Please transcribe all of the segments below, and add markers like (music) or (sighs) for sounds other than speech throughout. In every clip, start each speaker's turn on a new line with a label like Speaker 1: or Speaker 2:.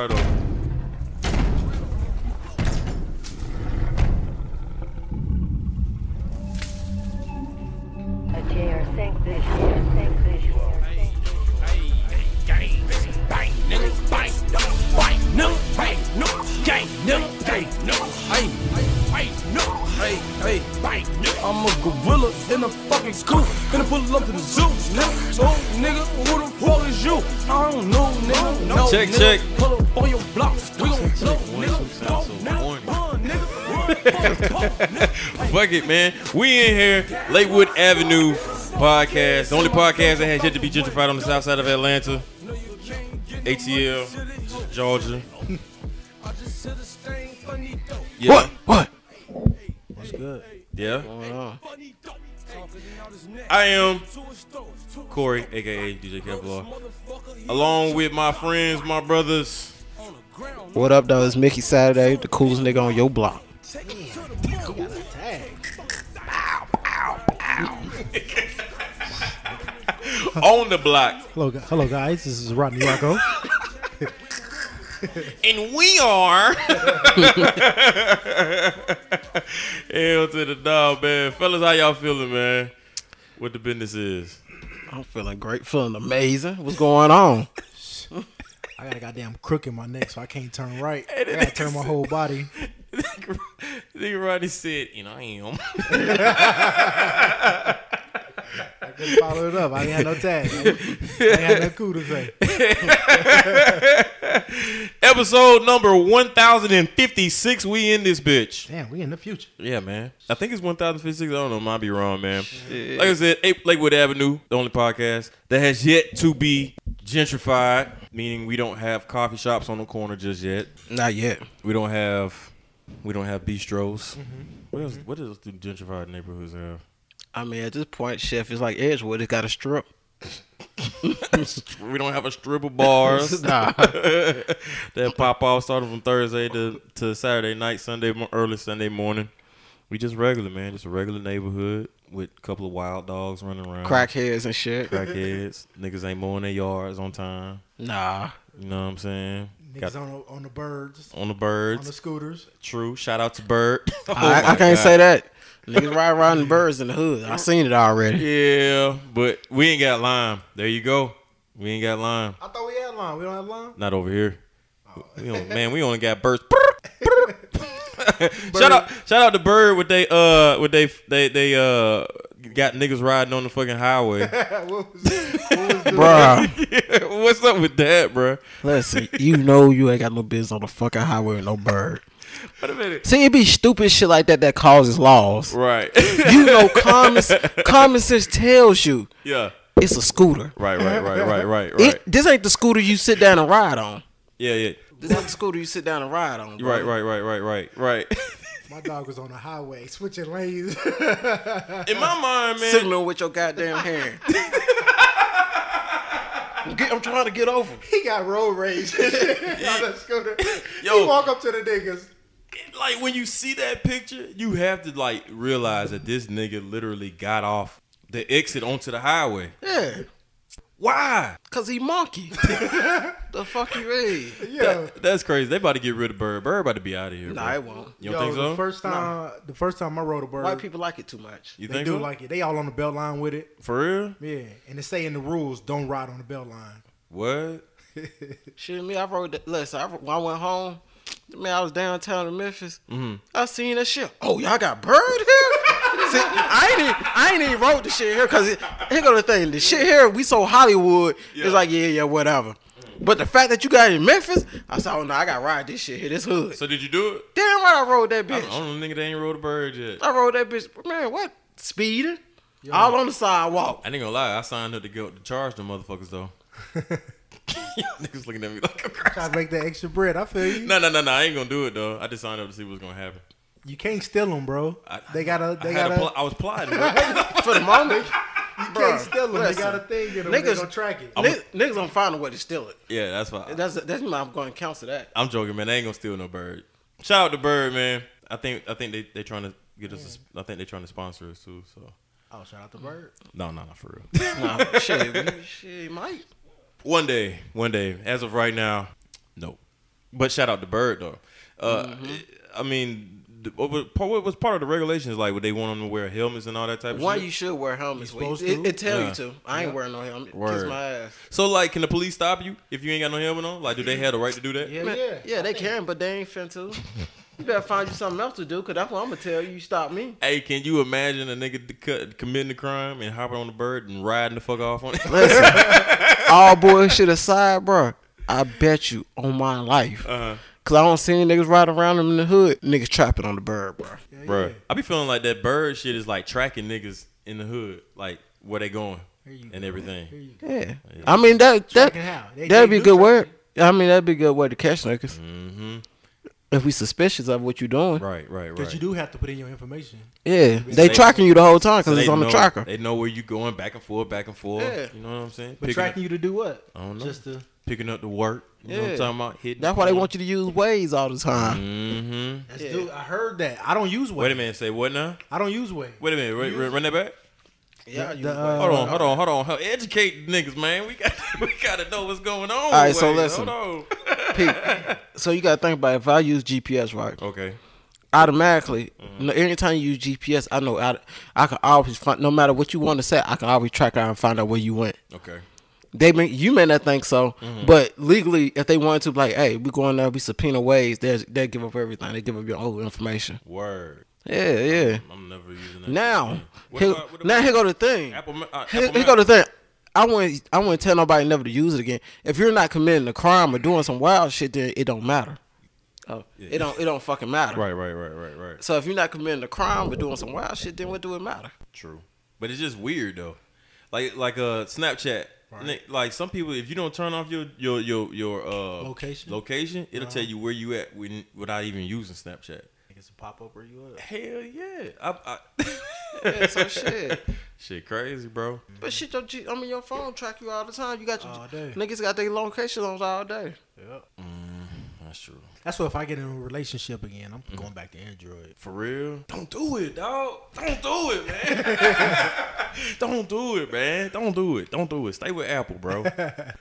Speaker 1: Right over.
Speaker 2: I'm a gorilla in a fucking scoop. Finna pull up to the zoo, nigga. So, nigga, who the fuck is you? I don't know, nigga. No,
Speaker 1: Check,
Speaker 2: nigga.
Speaker 1: check.
Speaker 2: Pull up on your blocks. We gon' blow,
Speaker 1: Voice
Speaker 2: nigga.
Speaker 1: sounds so
Speaker 2: Go, nigga.
Speaker 1: horny.
Speaker 2: Run, nigga. Run, run, nigga.
Speaker 1: Fuck it, man. We in here, Lakewood Avenue podcast, the only podcast that has yet to be gentrified on the south side of Atlanta, (laughs) ATL, Georgia. Yeah. What? What? What's good? Yeah. I am Corey, aka DJ Kevlar, along with my friends, my brothers.
Speaker 3: What up, though? It's Mickey Saturday, the coolest nigga on your block.
Speaker 1: on the block.
Speaker 4: Hello, gu- hello, guys. This is Rodney Rocco.
Speaker 1: And we are (laughs) Hell to the dog, man. Fellas, how y'all feeling, man? What the business is.
Speaker 3: I'm feeling great, feeling amazing. What's going on?
Speaker 4: I got a goddamn crook in my neck, so I can't turn right. I gotta turn my whole body.
Speaker 1: (laughs) Nigga Rodney said, and I am. (laughs)
Speaker 4: I couldn't follow it up. I didn't have no tag. I didn't have no cool to say.
Speaker 1: Episode number 1056. We in this bitch.
Speaker 4: Damn, we in the future.
Speaker 1: Yeah, man. I think it's 1056. I don't know. Might be wrong, man. Like I said, Ape Lakewood Avenue, the only podcast that has yet to be gentrified, meaning we don't have coffee shops on the corner just yet.
Speaker 3: (laughs) Not yet.
Speaker 1: We don't have we don't have bistros. What else? What else do gentrified neighborhoods have?
Speaker 3: I mean, at this point, Chef is like Edgewood. It's got a strip.
Speaker 1: We don't have a stripper bars
Speaker 3: (laughs) Nah.
Speaker 1: (laughs) that pop off starting from Thursday to, to Saturday night, Sunday mo- early Sunday morning. We just regular man, just a regular neighborhood with a couple of wild dogs running around,
Speaker 3: Crackheads and shit.
Speaker 1: crackheads, niggas ain't mowing their yards on time.
Speaker 3: Nah.
Speaker 1: You know what I'm saying?
Speaker 4: Niggas
Speaker 1: Got-
Speaker 4: on the, on the birds,
Speaker 1: on the
Speaker 4: on
Speaker 1: birds,
Speaker 4: the scooters.
Speaker 1: true. Shout out to Bird. (laughs) Oh
Speaker 3: I, I
Speaker 1: my
Speaker 3: can't
Speaker 1: God.
Speaker 3: say that. Niggas ride riding birds in the hood. I seen it already. (laughs)
Speaker 1: Yeah, but we ain't got lime. There you go. We ain't got lime.
Speaker 4: I thought we had line. We don't have line.
Speaker 1: Not over here. We don't, man, we only got (laughs) birds. Brr, brr. shout out, shout out to Bird with they uh with they they they uh got niggas riding on the fucking (laughs) highway.
Speaker 4: what was, what was the,
Speaker 3: Bruh,
Speaker 1: What's up with that, bro?
Speaker 3: listen, you know you ain't got no business on the fucking highway with no bird.
Speaker 1: Wait a minute.
Speaker 3: See, it be stupid shit like that that causes laws.
Speaker 1: (laughs) Right.
Speaker 3: You (laughs) know, common, common sense tells you
Speaker 1: yeah.
Speaker 3: it's a scooter.
Speaker 1: Right. Right. Right. Right. Right. Right.
Speaker 3: It, this ain't the scooter you sit down and ride on.
Speaker 1: yeah. Yeah.
Speaker 3: This ain't the scooter you sit down and ride on.
Speaker 1: Right. Right. Right. Right. Right. Right. (laughs)
Speaker 4: my dog was on the highway switching lanes. (laughs)
Speaker 1: In my mind, man.
Speaker 3: Signal with your goddamn hand. Get- I'm trying to get over.
Speaker 4: he got road rage (laughs) on the scooter.
Speaker 1: Yo.
Speaker 4: He walk up to the niggas.
Speaker 1: like when you see that picture, you have to like realize that this nigga literally got off the exit onto the highway.
Speaker 3: Yeah,
Speaker 1: Why?
Speaker 3: cause he monkey. the fuck you read?
Speaker 4: (laughs) Yeah.
Speaker 1: (laughs) That's crazy. They about to get rid of Bird. Bird about to be out of here.
Speaker 3: Nah,
Speaker 1: bro.
Speaker 3: it won't.
Speaker 1: You don't think
Speaker 4: the
Speaker 1: so?
Speaker 4: first time, the first time I rode a bird,
Speaker 3: White people like it too much.
Speaker 1: you
Speaker 4: they
Speaker 1: think
Speaker 4: do
Speaker 1: so?
Speaker 4: like it. They all on the belt line with it.
Speaker 1: For real?
Speaker 4: Yeah, and they say in the rules, don't ride on the belt line.
Speaker 1: What?
Speaker 3: Shit, me, I rode. That, listen, I, when I went home, man, I was downtown in Memphis.
Speaker 1: Mm-hmm.
Speaker 3: I seen that shit. Oh, y'all got
Speaker 1: (laughs)
Speaker 3: bird here. See, I ain't, even, I ain't even wrote the shit here because here go the thing. The shit here, we so Hollywood.
Speaker 1: Yeah.
Speaker 3: It's like yeah, yeah, whatever. But the fact that you got it in Memphis, I said, oh no, I got to ride this shit here. This hood.
Speaker 1: So did you do it?
Speaker 3: Damn right, I rode that
Speaker 1: I
Speaker 3: bitch.
Speaker 1: don't know, nigga. They ain't rode a bird yet.
Speaker 3: I rode that bitch. Man, what speeding? All on the sidewalk.
Speaker 1: I ain't gonna lie. I signed up to go to charge them motherfuckers
Speaker 4: (laughs)
Speaker 1: though. (laughs) Niggas looking at me like I'm crazy.
Speaker 4: Try to make that extra bread. I feel you.
Speaker 1: No, no, no, no. I ain't gonna do it though. I just signed up to see what's gonna happen.
Speaker 4: You can't steal them, bro.
Speaker 1: I,
Speaker 4: they gotta. They
Speaker 1: I, had
Speaker 4: gotta.
Speaker 1: a pl- I was plotting.
Speaker 4: (laughs)
Speaker 1: bro. (laughs)
Speaker 3: For the moment,
Speaker 4: you
Speaker 3: Bruh,
Speaker 4: can't steal them. They
Speaker 3: listen.
Speaker 4: got a thing in them. They
Speaker 3: Niggas-
Speaker 4: gonna track it.
Speaker 3: niggas, niggas gonna find a way to steal it.
Speaker 1: yeah, that's fine.
Speaker 3: That's that's me. I'm going to counsel that.
Speaker 1: I'm joking, man. They ain't gonna steal no bird. Shout out to Bird, man. I think I think they they trying to get us. a sp- I think they trying to sponsor us too. So
Speaker 4: Oh, shout out to Bird.
Speaker 1: no, no, no, for real.
Speaker 3: (laughs) Nah, shit, we- shit, Mike.
Speaker 1: one day, one day. As of right now, no. But shout out to Bird though. Uh,
Speaker 4: Mm-hmm.
Speaker 1: I mean, the- what was what was part of the regulations like? Would they want them to wear helmets and all that type of
Speaker 3: Why
Speaker 1: shit?
Speaker 3: you should wear helmets?
Speaker 4: You supposed
Speaker 3: it,
Speaker 4: to?
Speaker 3: it tell
Speaker 1: Yeah.
Speaker 3: you to. I ain't wearing no helmet. Kiss
Speaker 1: Word.
Speaker 3: my ass.
Speaker 1: so like, can the police stop you if you ain't got no helmet on? Like, do they have the right to do that?
Speaker 4: Yeah,
Speaker 3: Man,
Speaker 4: yeah.
Speaker 3: yeah, they can, but they ain't fin (laughs) to. You better find you something else to do, cause that's what I'm gonna tell you. You stop me.
Speaker 1: Hey, can you imagine a nigga to cut, committing a crime and hopping on the bird and riding the fuck off on it?
Speaker 3: (laughs) All bullshit aside, bro. I bet you on my life,
Speaker 1: Uh-huh.
Speaker 3: cause I don't see any niggas riding around them in the hood. Niggas trapping on the bird, bro.
Speaker 4: Yeah,
Speaker 1: (laughs) Bruh.
Speaker 4: yeah.
Speaker 1: I be feeling like that bird shit is like tracking niggas in the hood, like where they going
Speaker 4: Here you
Speaker 1: and
Speaker 4: go.
Speaker 1: everything.
Speaker 3: Yeah, I mean that that
Speaker 4: Tracking how? They-
Speaker 3: that'd
Speaker 4: they
Speaker 3: be a
Speaker 4: do
Speaker 3: good
Speaker 4: track
Speaker 3: word. I mean that'd be a good way to catch niggas.
Speaker 1: Mm-hmm.
Speaker 3: If we suspicious of what you doing,
Speaker 1: Right, right,
Speaker 4: Because
Speaker 1: right.
Speaker 4: you do have to put in your information.
Speaker 3: yeah, they,
Speaker 1: They-
Speaker 3: tracking you the whole time
Speaker 1: So
Speaker 3: because it's
Speaker 1: they
Speaker 3: on the
Speaker 1: know-
Speaker 3: tracker.
Speaker 1: They know where you going back and forth, back and forth.
Speaker 3: Yeah.
Speaker 1: You know what I'm saying?
Speaker 4: But
Speaker 1: Picking,
Speaker 4: tracking you to do what?
Speaker 1: I don't know.
Speaker 4: Just to
Speaker 1: picking up the work. You know what
Speaker 3: Yeah.
Speaker 1: I'm talking about? Hitting
Speaker 3: That's why they want you to use ways all the time.
Speaker 1: Mm-hmm.
Speaker 4: that's
Speaker 3: Yeah.
Speaker 4: do- I heard that. I don't use Waze.
Speaker 1: Wait a minute. Say what now?
Speaker 4: I don't use Waze.
Speaker 1: Wait a minute. Wait, run, run that back.
Speaker 3: Yeah,
Speaker 4: The- the, uh,
Speaker 1: Mm-hmm. Hold on, hold on, hold on. Help Educate the niggas, man. We got (laughs) we gotta know what's going on. All
Speaker 3: right, so listen.
Speaker 1: Hold
Speaker 3: Pete, so you gotta think about it. if I use GPS right,
Speaker 1: on. Okay. Mm-hmm.
Speaker 3: automatically, no, anytime you use GPS, I know I, I can always find no matter what you want to say, I can always track out and find out where you went.
Speaker 1: Okay.
Speaker 3: They may, you may not think so,
Speaker 1: Mm-hmm.
Speaker 3: but legally, if they wanted to, like, hey, we going there, we subpoena ways, they they give up everything, they give up your whole information.
Speaker 1: Word.
Speaker 3: Yeah, yeah.
Speaker 1: I'm never using that.
Speaker 3: Now,
Speaker 1: What
Speaker 3: here,
Speaker 1: about- what
Speaker 3: now
Speaker 1: about-
Speaker 3: here go the thing.
Speaker 1: Apple, Ma- uh,
Speaker 3: Here,
Speaker 1: Apple
Speaker 3: here go
Speaker 1: Maps.
Speaker 3: the thing. I wouldn't, I wouldn't tell nobody never to use it again. If you're not committing a crime or doing some wild shit, then it don't matter. Oh,
Speaker 1: Yeah.
Speaker 3: it don't, it don't fucking matter.
Speaker 1: Right, right, right, right, right.
Speaker 3: So if you're not committing a crime but doing some wild shit, then what do it matter?
Speaker 1: True. But it's just weird though. Like like uh Snapchat. Ni- Like some people, if you don't turn off your your your your uh,
Speaker 4: Location?
Speaker 1: location, Uh-huh. it'll tell you where you at when, without even using Snapchat.
Speaker 4: It's a pop up where you at.
Speaker 1: Hell yeah! (laughs) I, I,
Speaker 3: Yeah, so shit.
Speaker 1: Shit, crazy, bro.
Speaker 3: But shit, your G, I mean, your phone track you all the time. You got your
Speaker 4: All day.
Speaker 3: niggas got their location on all day.
Speaker 1: That's true.
Speaker 4: That's what if I get in a relationship again,
Speaker 1: Mm-hmm.
Speaker 4: I'm going back to Android.
Speaker 1: For real? Don't do it, dog. Don't do it, man. (laughs) Don't do it, man. Don't do it. Don't do it. Stay with Apple, (laughs) bro.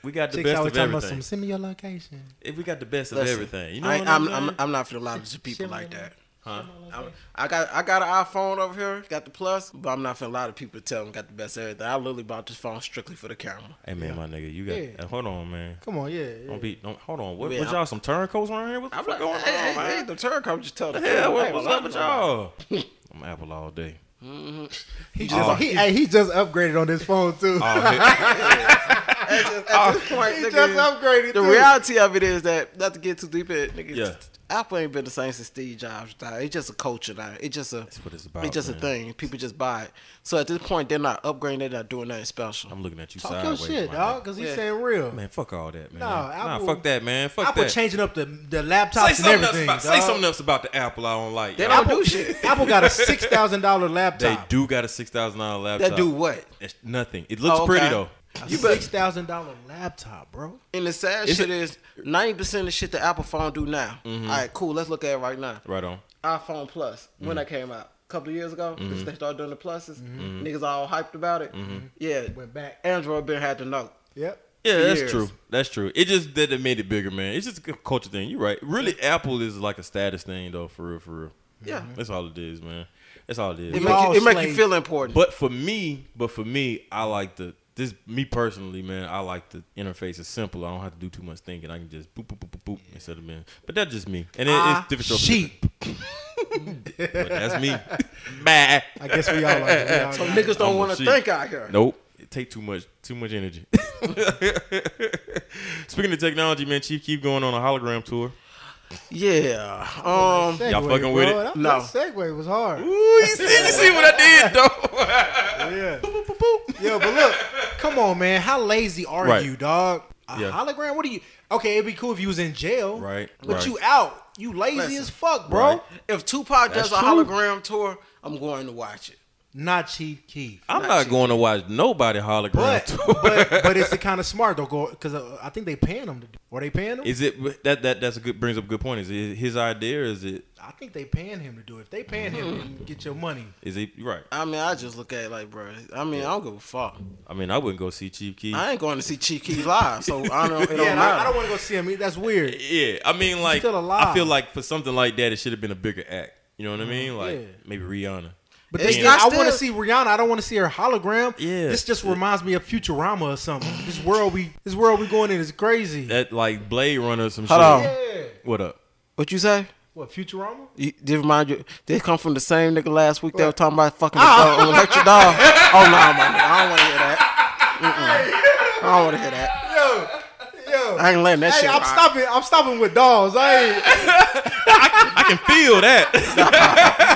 Speaker 1: We got the
Speaker 4: Chicks
Speaker 1: best
Speaker 4: always
Speaker 1: of
Speaker 4: talking about
Speaker 1: everything.
Speaker 4: some send me your location.
Speaker 1: If we got the best of
Speaker 3: Listen,
Speaker 1: everything, you know
Speaker 3: I,
Speaker 1: what
Speaker 3: ain't-
Speaker 1: I'm,
Speaker 3: I'm, I'm,
Speaker 1: saying?
Speaker 3: I'm not finna lie (laughs) to people like that.
Speaker 1: Huh?
Speaker 3: I'm- I got I got an iPhone over here, got the plus, but I'm not finna lie to people. to Tell them got the best of everything. I literally bought this phone strictly for the camera.
Speaker 1: Hey man, my nigga, you got.
Speaker 4: Yeah.
Speaker 1: uh, Hold on, man.
Speaker 4: Come on, yeah. yeah.
Speaker 1: Don't be. Don't hold on. What,
Speaker 3: Yeah,
Speaker 1: what
Speaker 3: I'm-
Speaker 1: y'all some turncoats around here? What the
Speaker 3: I'm
Speaker 1: fuck
Speaker 3: like,
Speaker 1: going on,
Speaker 3: hey, hey, hey,
Speaker 1: man?
Speaker 3: the turn come just tell the
Speaker 1: yeah,
Speaker 3: truth.
Speaker 1: what,
Speaker 3: Hey,
Speaker 1: what's
Speaker 3: what
Speaker 1: up with y'all? (laughs) I'm Apple all day.
Speaker 3: (laughs)
Speaker 1: oh,
Speaker 4: He just he, hey, he just upgraded on this phone too.
Speaker 3: At this, (laughs) at this point,
Speaker 4: (laughs) he
Speaker 3: nigga,
Speaker 4: just upgraded.
Speaker 3: the
Speaker 4: too.
Speaker 3: reality of it is that not to get too deep in, it, nigga.
Speaker 1: Yeah.
Speaker 3: Apple ain't been the same since Steve Jobs died. It's just a culture now. It's just a.
Speaker 1: That's what it's about,
Speaker 3: It's just
Speaker 1: man.
Speaker 3: a thing. People just buy it. So at this point, they're not upgrading. They're not doing nothing special.
Speaker 1: I'm looking at you
Speaker 4: Talk your
Speaker 1: sideways.
Speaker 4: shit,
Speaker 1: my
Speaker 4: dog, because he's
Speaker 3: Yeah.
Speaker 4: saying real.
Speaker 1: nigga. Man, fuck all that, man.
Speaker 4: Nah,
Speaker 1: nah,
Speaker 4: Apple-
Speaker 1: fuck that, man. Fuck
Speaker 4: Apple
Speaker 1: that.
Speaker 4: changing up the the
Speaker 1: Say
Speaker 4: laptops and
Speaker 1: something, else
Speaker 4: everything.
Speaker 1: about, say
Speaker 4: dog.
Speaker 1: something else about the Apple I don't like.
Speaker 3: They
Speaker 1: y'all.
Speaker 3: don't do shit.
Speaker 4: Apple got
Speaker 1: (laughs)
Speaker 4: a six thousand dollar
Speaker 1: They
Speaker 4: laptop.
Speaker 1: do got a six thousand dollar laptop.
Speaker 3: That do what?
Speaker 1: It's nothing. It looks
Speaker 3: Oh, okay.
Speaker 1: pretty though.
Speaker 4: A
Speaker 3: You
Speaker 4: six
Speaker 3: bet.
Speaker 4: thousand dollar laptop, bro.
Speaker 3: And the sad
Speaker 1: It's
Speaker 3: shit
Speaker 1: a-
Speaker 3: is ninety percent of the shit the Apple phone do now.
Speaker 4: Mm-hmm.
Speaker 3: All right, cool. Let's look at it right now.
Speaker 1: Right on.
Speaker 3: iPhone Plus when
Speaker 4: Mm-hmm.
Speaker 3: that came out a couple of years ago. since They started doing the pluses. Niggas all hyped about it.
Speaker 4: Mm-hmm.
Speaker 3: Yeah,
Speaker 4: Went back.
Speaker 3: Android been had to know.
Speaker 4: Yep.
Speaker 1: Yeah, that's
Speaker 3: Years.
Speaker 1: true. That's true. It just that it made it bigger, man. It's just a culture thing. You're right. Really, Apple is like a status thing though, for real, for real.
Speaker 3: Yeah,
Speaker 1: That's all it is, man. That's all it is.
Speaker 3: it
Speaker 4: We all
Speaker 3: make you, it make you
Speaker 4: slaves.
Speaker 3: feel important.
Speaker 1: But for me, but for me, I like the this me personally, man. I like the interface. It's simple. I don't have to do too much thinking. I can just boop boop boop boop, boop instead of man. But that's just me, and it,
Speaker 4: Ah,
Speaker 1: it's difficult. for different- (laughs)
Speaker 4: sheep.
Speaker 1: But that's me. Bye.
Speaker 4: I guess we all like. We all
Speaker 3: so
Speaker 4: got it.
Speaker 3: niggas
Speaker 1: I'm
Speaker 3: don't
Speaker 1: a
Speaker 3: want to
Speaker 1: sheep.
Speaker 3: think out here.
Speaker 1: Nope. It take too much too much energy. (laughs) Speaking of technology, man, Chief keep going on a hologram tour.
Speaker 3: Yeah. Um.
Speaker 4: Segue,
Speaker 1: Y'all fucking
Speaker 4: bro.
Speaker 1: with it?
Speaker 4: That,
Speaker 3: No.
Speaker 4: That segue was hard.
Speaker 1: Ooh, you see, you see what I did though.
Speaker 4: Yeah. Yo, but look, come on, man. How lazy are
Speaker 1: Right.
Speaker 4: you, dog? A
Speaker 1: Yeah.
Speaker 4: hologram? What are you? Okay, it'd be cool if you was in jail,
Speaker 1: Right,
Speaker 4: But
Speaker 1: right.
Speaker 4: you out. You lazy
Speaker 3: Listen,
Speaker 4: as fuck, bro.
Speaker 1: Right.
Speaker 3: If Tupac
Speaker 1: That's
Speaker 3: does a
Speaker 1: true.
Speaker 3: hologram tour, I'm going to watch it.
Speaker 4: not Chief Keef.
Speaker 1: I'm not, going to watch nobody hologram
Speaker 4: But
Speaker 1: tour. (laughs)
Speaker 4: but but it's the kind of smart though, go because I think they paying them to do. Are they paying him?
Speaker 1: Is it that that that's a good brings up a good point? Is it his idea? Or is it
Speaker 4: I think they paying him to do it. If they paying him, then get your money.
Speaker 1: is he you're right?
Speaker 3: I mean, I just look at it like, bro. I mean, I don't give a fuck.
Speaker 1: I mean, I wouldn't go see Chief Keef.
Speaker 3: I ain't going to see Cheeky live, so I don't. It don't
Speaker 4: Yeah, and I, I
Speaker 3: matter.
Speaker 4: don't want to go see him. That's weird.
Speaker 1: yeah, I mean, like
Speaker 4: still alive.
Speaker 1: I feel like for something like that, it should have been a bigger act. You know what I mean? Like
Speaker 4: yeah.
Speaker 1: maybe Rihanna.
Speaker 4: But
Speaker 3: It's
Speaker 4: they,
Speaker 3: not
Speaker 4: I want to
Speaker 3: still-
Speaker 4: see Rihanna. I don't want to see her hologram.
Speaker 1: Yeah.
Speaker 4: This just reminds me of Futurama or something. This world we this world we going in is crazy.
Speaker 1: That like Blade Runner or some shit.
Speaker 3: Hold on.
Speaker 4: yeah.
Speaker 1: What up?
Speaker 3: What you say?
Speaker 4: What Futurama?
Speaker 3: You, did remind you? They come from the same nigga last week. They were talking about fucking the dog, on electric
Speaker 4: (laughs)
Speaker 3: dog. Oh no, my nigga, I don't want to hear that. Mm-mm. I don't want to hear that.
Speaker 4: Yo, yo.
Speaker 3: I ain't letting that
Speaker 4: Hey,
Speaker 3: shit.
Speaker 4: I'm
Speaker 3: ride.
Speaker 4: stopping. I'm stopping with dolls. I ain't.
Speaker 1: I can feel that.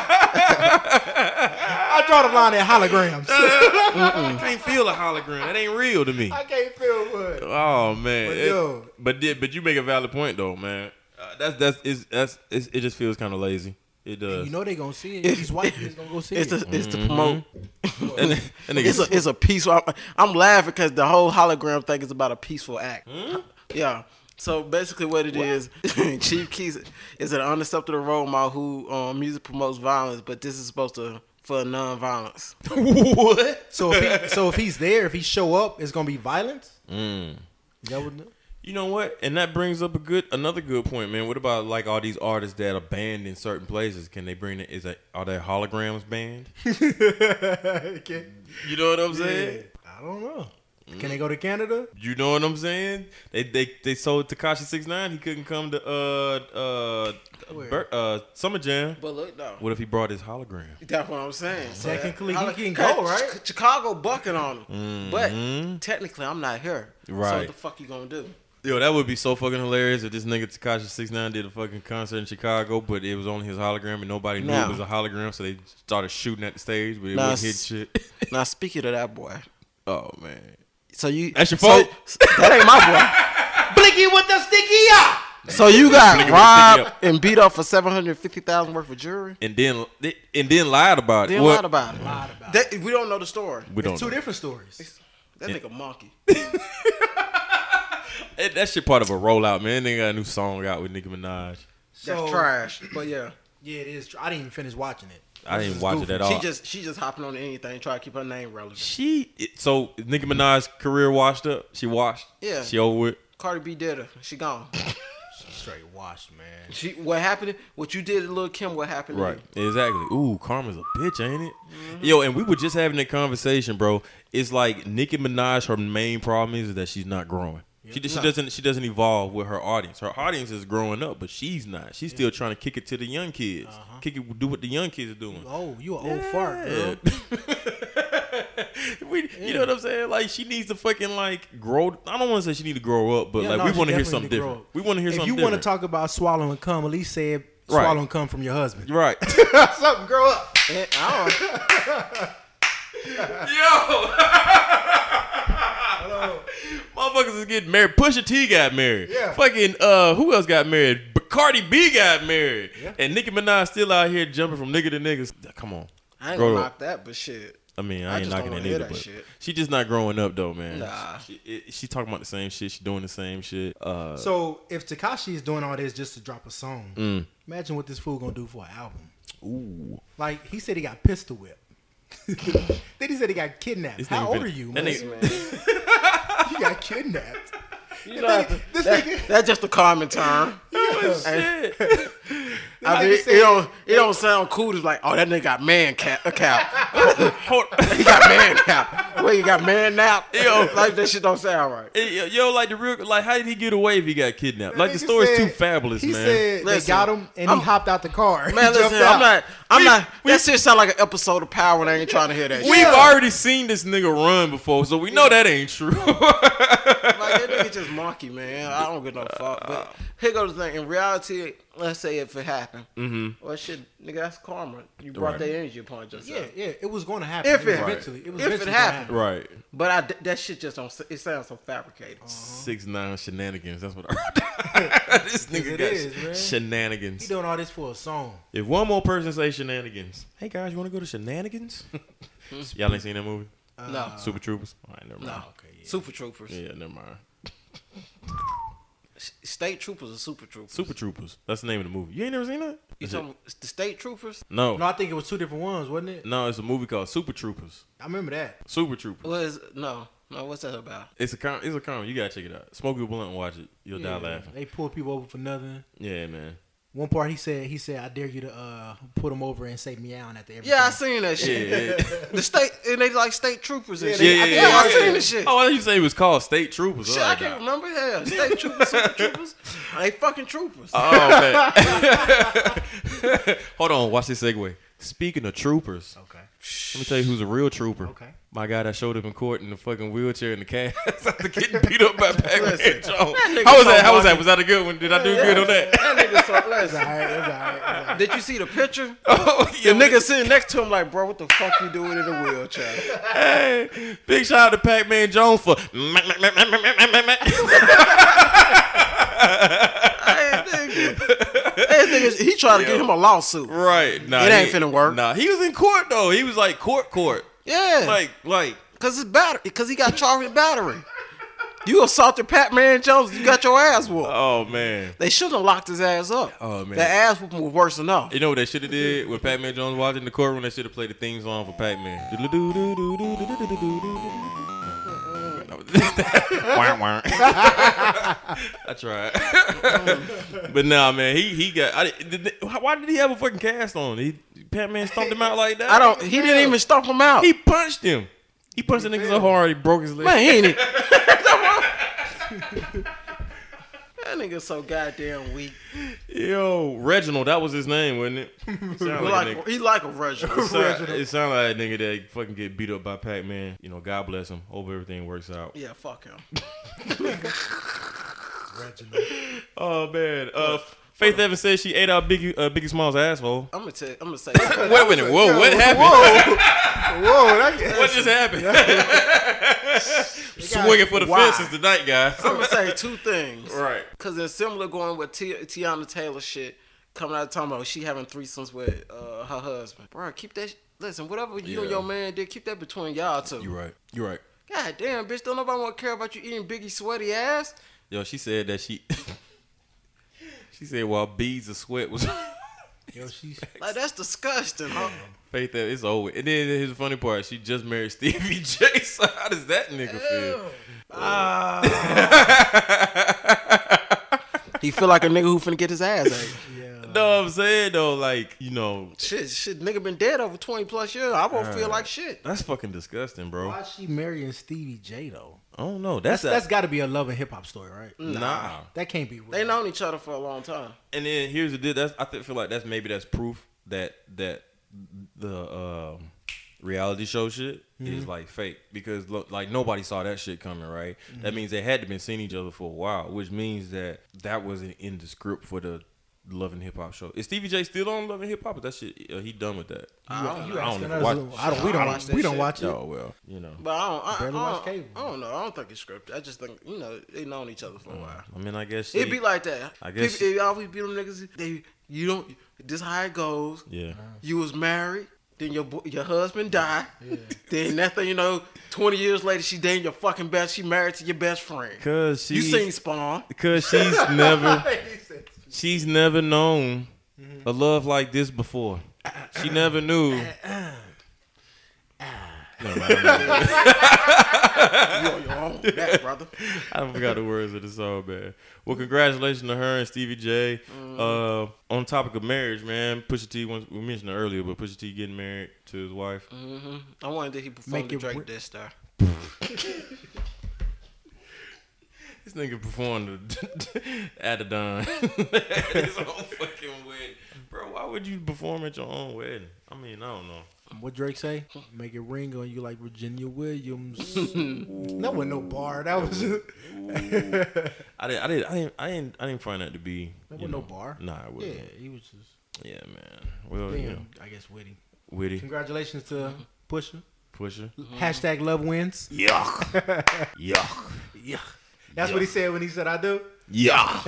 Speaker 1: (laughs)
Speaker 4: I draw the line at holograms. (laughs)
Speaker 1: I can't feel a hologram. That ain't real to me.
Speaker 4: I can't feel what.
Speaker 1: Oh man,
Speaker 4: But
Speaker 1: It-
Speaker 4: yo.
Speaker 1: but did but you make a valid point though, man. Uh, that's that's it's, that's it's, it just feels kind of lazy. It does.
Speaker 4: You know they gonna see it. These white kids gonna go see
Speaker 3: It's
Speaker 4: it.
Speaker 3: a, it's to promote.
Speaker 1: (laughs) and, and
Speaker 3: Mm-hmm. It's a, it's a peaceful. I'm, I'm laughing because the whole hologram thing is about a peaceful act. Yeah. So basically, Mm-hmm. what it is, (laughs) Chief Keys is an unacceptable role model who um, music promotes violence, but this is supposed to for non-violence.
Speaker 4: (laughs)
Speaker 1: what?
Speaker 4: So if he, so if he's there, if he show up, it's gonna be violence. Mm. Is that what?
Speaker 1: You know what? And that brings up a good another good point, man. What about like all these artists that are banned in certain places? Can they bring it? Is that are their holograms banned?
Speaker 4: (laughs) okay.
Speaker 1: You know what I'm saying?
Speaker 4: I don't know. Can they go to Canada?
Speaker 1: You know what I'm saying? They they they sold Takashi Six Nine. He couldn't come to uh uh
Speaker 4: Where?
Speaker 1: Bur- uh Summer Jam.
Speaker 3: But look though,
Speaker 1: What if he brought his hologram?
Speaker 3: that's what I'm saying. So
Speaker 4: Technically,
Speaker 3: that-
Speaker 4: he can
Speaker 3: Ch-
Speaker 4: go, right?
Speaker 3: Ch- Chicago bucking on him, but technically, I'm not here. So
Speaker 1: Mm-hmm. Right.
Speaker 3: what the fuck you gonna do?
Speaker 1: Yo, that would be so fucking hilarious if this nigga Takashi Six Nine did a fucking concert in Chicago, but it was only his hologram and nobody knew
Speaker 3: Nah.
Speaker 1: it was a hologram, so they started shooting at the stage, but it
Speaker 3: Nah,
Speaker 1: would hit
Speaker 3: s-
Speaker 1: shit.
Speaker 3: (laughs) Now speaking of that boy,
Speaker 1: oh man.
Speaker 3: so you
Speaker 1: That's your
Speaker 3: so-
Speaker 1: fault.
Speaker 3: s- that ain't my boy. (laughs)
Speaker 4: Blicky with the sticky up.
Speaker 3: So you got
Speaker 1: Nigga was picking
Speaker 3: robbed and beat up for seven hundred fifty thousand worth of jewelry.
Speaker 1: And then and then lied about it.
Speaker 3: Then
Speaker 1: Well,
Speaker 3: lied about it.
Speaker 4: Lied about
Speaker 3: That- we don't know the story.
Speaker 1: We don't
Speaker 4: Two
Speaker 1: know.
Speaker 4: different stories.
Speaker 3: That nigga monkey.
Speaker 1: That, that shit part of a rollout, man. They got a new song out with Nicki Minaj.
Speaker 3: That's
Speaker 4: So-
Speaker 3: trash. But yeah,
Speaker 4: Yeah, it is. tr- I didn't even finish watching it.
Speaker 1: I didn't watch it at all.
Speaker 3: she just she just hopping on anything trying to keep her name relevant.
Speaker 1: She it- so Nicki Minaj's career washed up. She washed.
Speaker 3: Yeah.
Speaker 1: She over with.
Speaker 3: Cardi B did her. She gone. Uh.
Speaker 4: Straight washed, man.
Speaker 3: She what happened? What you did to Lil Kim? What happened? to
Speaker 1: Right.
Speaker 3: you?
Speaker 1: Exactly. Ooh, karma's a bitch, ain't it?
Speaker 4: Mm-hmm.
Speaker 1: Yo, and we were just having that conversation, bro. It's like Nicki Minaj. Her main problem is that she's not growing. She, she doesn't she doesn't evolve with her audience. Her audience is growing up, but she's not. She's still trying to kick it to the young kids.
Speaker 4: Uh-huh.
Speaker 1: Kick it, do what the young kids are doing.
Speaker 4: Oh, you an old fart, girl.
Speaker 1: (laughs) we, you know what I'm saying? Like she needs to fucking like grow. I don't want to say she need to grow up, but
Speaker 4: Yeah,
Speaker 1: like
Speaker 4: no,
Speaker 1: we
Speaker 4: she
Speaker 1: want to hear
Speaker 4: definitely
Speaker 1: something
Speaker 4: need to grow
Speaker 1: different.
Speaker 4: up.
Speaker 1: We want to hear
Speaker 4: If
Speaker 1: something.
Speaker 4: you want to
Speaker 1: different.
Speaker 4: talk about swallowing cum, at least say
Speaker 1: Right.
Speaker 4: swallowing cum from your husband.
Speaker 1: right? (laughs)
Speaker 4: Something, grow up.
Speaker 3: Eh, I don't.
Speaker 1: Motherfuckers is getting married. Pusha T got married.
Speaker 4: Yeah.
Speaker 1: Fucking uh, who else got married? B- Cardi B got married.
Speaker 4: Yeah.
Speaker 1: And Nicki Minaj still out here jumping from nigga to niggas. Come on.
Speaker 3: I ain't
Speaker 1: Grow
Speaker 3: gonna
Speaker 1: up.
Speaker 3: knock that, but shit.
Speaker 1: I mean,
Speaker 3: I
Speaker 1: I, ain't
Speaker 3: just
Speaker 1: knocking
Speaker 3: don't
Speaker 1: it
Speaker 3: wanna hear
Speaker 1: either,
Speaker 3: that
Speaker 1: but
Speaker 3: shit.
Speaker 1: she just not growing up though, man.
Speaker 3: Nah.
Speaker 1: She, it- she talking about the same shit. She doing the same shit. Uh,
Speaker 4: So if Takashi is doing all this just to drop a song,
Speaker 1: Mm.
Speaker 4: imagine what this fool gonna do for an album.
Speaker 1: ooh.
Speaker 4: Like he said, he got pistol whipped. (laughs) then he said he got kidnapped.
Speaker 1: This nigga
Speaker 4: How old
Speaker 1: been-
Speaker 4: are you,
Speaker 1: that
Speaker 4: man?
Speaker 1: nigga-
Speaker 4: he
Speaker 1: (laughs)
Speaker 4: got kidnapped.
Speaker 3: You know,
Speaker 4: This
Speaker 3: that,
Speaker 4: nigga-
Speaker 3: that's just a common
Speaker 4: (laughs)
Speaker 3: term.
Speaker 1: Shit.
Speaker 3: I
Speaker 4: Like
Speaker 3: mean,
Speaker 4: you
Speaker 3: it,
Speaker 4: said-
Speaker 3: don't it don't sound cool. It's like, oh, that nigga got man cap. A cap.
Speaker 1: Hold- (laughs)
Speaker 3: He got man cap. Wait, you got man
Speaker 4: (laughs)
Speaker 3: nap?
Speaker 1: Yo.
Speaker 3: (laughs) like that shit don't sound right.
Speaker 1: Hey, yo, yo, like the real, like how did he get away if he got kidnapped? like the
Speaker 4: Nigga
Speaker 1: story's too
Speaker 4: said-
Speaker 1: fabulous,
Speaker 4: he
Speaker 1: man.
Speaker 4: said
Speaker 3: Listen,
Speaker 4: they got him and
Speaker 3: I'm-
Speaker 4: he hopped out the car. (laughs) He
Speaker 3: Man, listen,
Speaker 4: jumped
Speaker 3: I'm
Speaker 4: out.
Speaker 3: not. I'm not. That shit sound like an episode of Power, and I ain't trying to hear that.
Speaker 1: We've
Speaker 3: shit.
Speaker 1: already seen this nigga run before, so we know that ain't true. (laughs)
Speaker 3: Like that nigga just monkey, man. I don't give no fuck. But here goes the thing. In reality, let's say if it happened, mm-hmm. well, shit, nigga, that's karma. You brought
Speaker 1: Right.
Speaker 3: that energy upon yourself.
Speaker 4: Yeah, yeah, it was going to happen.
Speaker 3: If
Speaker 4: was
Speaker 3: it-
Speaker 4: eventually, it was
Speaker 3: if it
Speaker 4: eventually
Speaker 3: happened.
Speaker 4: happened.
Speaker 1: right.
Speaker 3: But
Speaker 1: Oh.
Speaker 3: I, that shit just don't. It sounds so fabricated.
Speaker 1: Six nine shenanigans. That's what I heard. (laughs) this nigga
Speaker 4: it
Speaker 1: got
Speaker 4: is, man.
Speaker 1: shenanigans.
Speaker 4: He doing all this for a song.
Speaker 1: If one more person say shenanigans, hey guys, you want to go to shenanigans? (laughs) Y'all ain't seen that movie,
Speaker 3: no,
Speaker 1: Super Troopers. All right, never mind.
Speaker 4: Okay, yeah.
Speaker 3: super troopers.
Speaker 1: Oh, Yeah, never mind.
Speaker 3: S- State troopers are super troopers.
Speaker 1: Super Troopers. That's the name of the movie. You ain't never seen that?
Speaker 3: You
Speaker 1: Is it-
Speaker 3: talking about the state troopers?
Speaker 1: No,
Speaker 4: No,
Speaker 1: no,
Speaker 4: I think it was two different ones, wasn't it?
Speaker 1: it's a movie called Super Troopers.
Speaker 4: I remember that.
Speaker 1: Super Troopers.
Speaker 3: What is no, no? What's that about?
Speaker 1: It's a com- it's a comedy. You gotta check it out. Smoke your blunt and watch it. You'll
Speaker 4: Yeah,
Speaker 1: die laughing.
Speaker 4: They pull people over for nothing.
Speaker 1: Yeah, (laughs) man.
Speaker 4: One part he said, he said, I dare you to uh, put them over and say meowing after everything.
Speaker 3: Yeah, I seen
Speaker 1: (laughs)
Speaker 3: that
Speaker 1: Yeah,
Speaker 3: shit.
Speaker 1: yeah, yeah.
Speaker 3: The state and they like state troopers and
Speaker 4: Yeah,
Speaker 1: yeah,
Speaker 3: shit.
Speaker 1: yeah,
Speaker 3: I,
Speaker 1: yeah,
Speaker 3: I
Speaker 1: yeah.
Speaker 3: seen the shit.
Speaker 1: Oh, I thought you say it was called State Troopers.
Speaker 3: Shit,
Speaker 1: Oh,
Speaker 3: I
Speaker 1: God.
Speaker 3: can't remember. Yeah, state troopers, super
Speaker 1: (laughs)
Speaker 3: troopers. They fucking troopers.
Speaker 1: Oh
Speaker 3: (laughs)
Speaker 1: man. Hold on, watch this segue. Speaking of troopers,
Speaker 4: Okay.
Speaker 1: let me tell you who's a real trooper.
Speaker 4: Okay.
Speaker 1: My guy that showed up in court in the fucking wheelchair in the cast (laughs)
Speaker 3: (laughs)
Speaker 1: after getting beat up by Pac-Man Jones. How was that? How was that? Was that a good one? Did I do good on that?
Speaker 3: That nigga so listen,
Speaker 4: All right, all right, all right.
Speaker 3: Did you see the picture?
Speaker 1: (laughs) Oh, yeah,
Speaker 3: The nigga sitting next to him like, bro, what the fuck you doing in
Speaker 1: (laughs)
Speaker 3: a wheelchair?
Speaker 1: Hey, big shout out to Pac-Man Jones for. (laughs) yeah,
Speaker 3: Hey, nigga. Hey, nigga, he tried to get him a lawsuit.
Speaker 1: right. Nah,
Speaker 3: It ain't
Speaker 1: he-
Speaker 3: finna work.
Speaker 1: Nah, he was in court though. He was like court, court.
Speaker 3: Yeah,
Speaker 1: Like, like.
Speaker 3: cause it's battery, cause he got charged with battery. You assaulted Pat Man Jones, you got your ass whooped.
Speaker 1: Oh man.
Speaker 3: They should have locked his ass up.
Speaker 1: Oh, man.
Speaker 3: that ass whooping was worse enough.
Speaker 1: You know what they should have did when Pac-Man Jones walked in the courtroom? They should have played the theme song for
Speaker 3: (laughs)
Speaker 1: Pac-Man. Wah, wah. I tried, but nah, man, he he got. I, did- did, why did he have a fucking cast on? He Pac-Man stomped him out like that.
Speaker 3: I don't. He didn't even stomp him out.
Speaker 1: He punched him. He punched the nigga so hard he broke his leg.
Speaker 3: man, he ain't. even- that nigga so goddamn weak.
Speaker 1: Yo, Reginald, that was his name, wasn't it? (laughs) Sound
Speaker 3: He
Speaker 1: like a
Speaker 3: like, he like a Reginald.
Speaker 1: nigga- sound- it sounded like a nigga that fucking get beat up by Pac-Man. You know, God bless him. Hope everything works out.
Speaker 3: yeah, fuck him.
Speaker 4: Reginald.
Speaker 1: Oh man, uh, Faith Evans says she ate out Biggie, uh, Biggie Smalls' asshole.
Speaker 3: I'm gonna tell. I'm gonna say.
Speaker 1: Wait a minute, whoa, what happened?
Speaker 4: Whoa, whoa,
Speaker 1: (laughs)
Speaker 4: that,
Speaker 1: What just happened? Swinging for the
Speaker 3: Why?
Speaker 1: fences tonight, guys.
Speaker 3: I'm gonna say two things.
Speaker 1: Right.
Speaker 3: Cause it's similar going with T- Tiana Taylor shit coming out talking about she having threesomes with uh, her husband. Bro, keep that. Sh- Listen, whatever you
Speaker 1: Yeah.
Speaker 3: and your man did, keep that between y'all two.
Speaker 1: right. You right.
Speaker 3: God damn, bitch, don't nobody want to care about you eating Biggie sweaty ass.
Speaker 1: Yo, she said that she. (laughs) she said while beads of sweat was.
Speaker 3: (laughs)
Speaker 4: Yo, she's
Speaker 3: Like that's disgusting. Huh?
Speaker 1: Faith Evans, it's over. And then here's the funny part: she just married Stevie (laughs) J. So how does that nigga feel? Ah. (laughs)
Speaker 3: He feel like a nigga who finna get his ass ate.
Speaker 4: yeah.
Speaker 1: No, I'm saying though, like you know,
Speaker 3: shit, shit, nigga been dead over twenty plus years. I won't feel like shit.
Speaker 1: that's fucking disgusting, bro.
Speaker 4: Why
Speaker 1: I
Speaker 4: is she marrying Stevie J though?
Speaker 1: don't know. That's
Speaker 4: That's
Speaker 1: a,
Speaker 4: got to be a love and hip hop story, right?
Speaker 1: nah.
Speaker 4: That can't be real.
Speaker 3: They known each other for a long time.
Speaker 1: And then here's the deal. That's I think, feel like that's maybe that's proof that that the um reality show shit is
Speaker 4: Mm-hmm.
Speaker 1: like fake because look, like nobody saw that shit coming, right?
Speaker 4: Mm-hmm.
Speaker 1: That means they had to been seeing each other for a while, which means that that wasn't in the script for the Love and Hip Hop show. Is Stevie J still on Love and Hip Hop? Or That shit, uh, he done with that.
Speaker 4: You, you
Speaker 1: I
Speaker 4: asking
Speaker 1: don't
Speaker 4: us?
Speaker 1: watch-
Speaker 4: I don't. We don't.
Speaker 3: watch that
Speaker 4: we don't
Speaker 3: shit.
Speaker 4: watch it.
Speaker 1: Oh well, you know.
Speaker 3: But I don't, I, I,
Speaker 4: Barely watch
Speaker 3: don't,
Speaker 4: cable.
Speaker 3: I don't know. I don't think it's scripted. I just think you know they known each other for a while.
Speaker 1: I mean, I guess she,
Speaker 3: It'd be like that.
Speaker 1: I guess-
Speaker 3: People, it always be them niggas. They you don't. This how it goes.
Speaker 1: yeah.
Speaker 4: Uh,
Speaker 3: You was married, then your bo- your husband died. (laughs) Then that thing you know, twenty years later, she dating your fucking best. She married to your best friend.
Speaker 1: (laughs) Cause she,
Speaker 3: You seen Spawn?
Speaker 1: cause she's
Speaker 4: (laughs)
Speaker 1: never, she's never known
Speaker 4: Mm-hmm.
Speaker 1: a love like this before. She never knew.
Speaker 4: (laughs)
Speaker 1: Never mind, never mind.
Speaker 3: You on your own back, brother.
Speaker 1: I forgot the words of the song, man. Well, congratulations to her and Stevie J.
Speaker 4: Mm-hmm.
Speaker 1: Uh, on the topic of marriage, man, Pusha T. once- We mentioned it earlier, but Pusha T. getting married to his wife.
Speaker 4: Mm-hmm.
Speaker 3: I wanted that he performed
Speaker 4: Make
Speaker 3: the
Speaker 4: it
Speaker 3: Drake
Speaker 4: work.
Speaker 3: Death Star.
Speaker 1: This nigga performed (laughs) at
Speaker 4: (laughs)
Speaker 1: Adidon. (laughs) his own fucking wedding, bro. Why would you perform at your own wedding? I mean, I don't know.
Speaker 4: What Drake say? Make it ring on you like Virginia Williams. (laughs) that wasn't no bar. That was (laughs) that
Speaker 1: I didn't, I didn't, I didn't, I didn't, I didn't find that to be. you
Speaker 4: wasn't no
Speaker 1: know,
Speaker 4: bar.
Speaker 1: Nah, it
Speaker 4: Yeah,
Speaker 1: wasn't.
Speaker 4: he was just
Speaker 1: Yeah, man. Well,
Speaker 4: damn.
Speaker 1: you know,
Speaker 4: I guess witty.
Speaker 1: witty,
Speaker 4: Congratulations to Pusha.
Speaker 1: pusher.
Speaker 4: Hashtag love wins.
Speaker 1: Yuck, yuck.
Speaker 4: That's what he said when he said I do.
Speaker 1: Yeah. (laughs)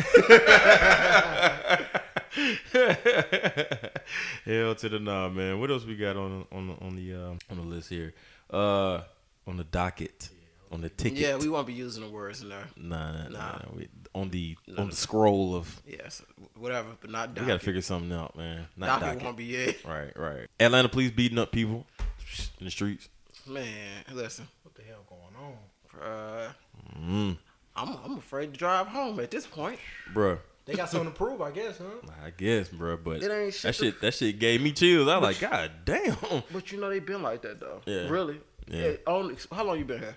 Speaker 1: Hell to the nah, man. What else we got on on the- on the um on the list here? Uh, on the docket, on the ticket.
Speaker 3: Yeah, we won't be using the words in there.
Speaker 1: nah, nah, nah.
Speaker 3: Nah.
Speaker 1: We, on the on the scroll of.
Speaker 3: Yes, whatever, but not
Speaker 1: We
Speaker 3: docket.
Speaker 1: gotta figure something out, man. Not
Speaker 3: docket,
Speaker 1: docket.
Speaker 3: won't be it.
Speaker 1: Right, right. Atlanta police beating up people in the streets.
Speaker 3: Man, listen,
Speaker 4: What the hell going on?
Speaker 3: uh,
Speaker 1: Mm.
Speaker 3: I'm I'm afraid to drive home at this point.
Speaker 1: Bruh.
Speaker 4: They got something to prove, I guess, huh?
Speaker 1: I guess, bruh. But
Speaker 3: It ain't shit
Speaker 1: that
Speaker 3: to-
Speaker 1: shit that shit gave me chills. I was like, God damn.
Speaker 3: But you know they've been like that though.
Speaker 1: Yeah.
Speaker 3: Really.
Speaker 1: Yeah.
Speaker 3: Yeah, on- how long you been here?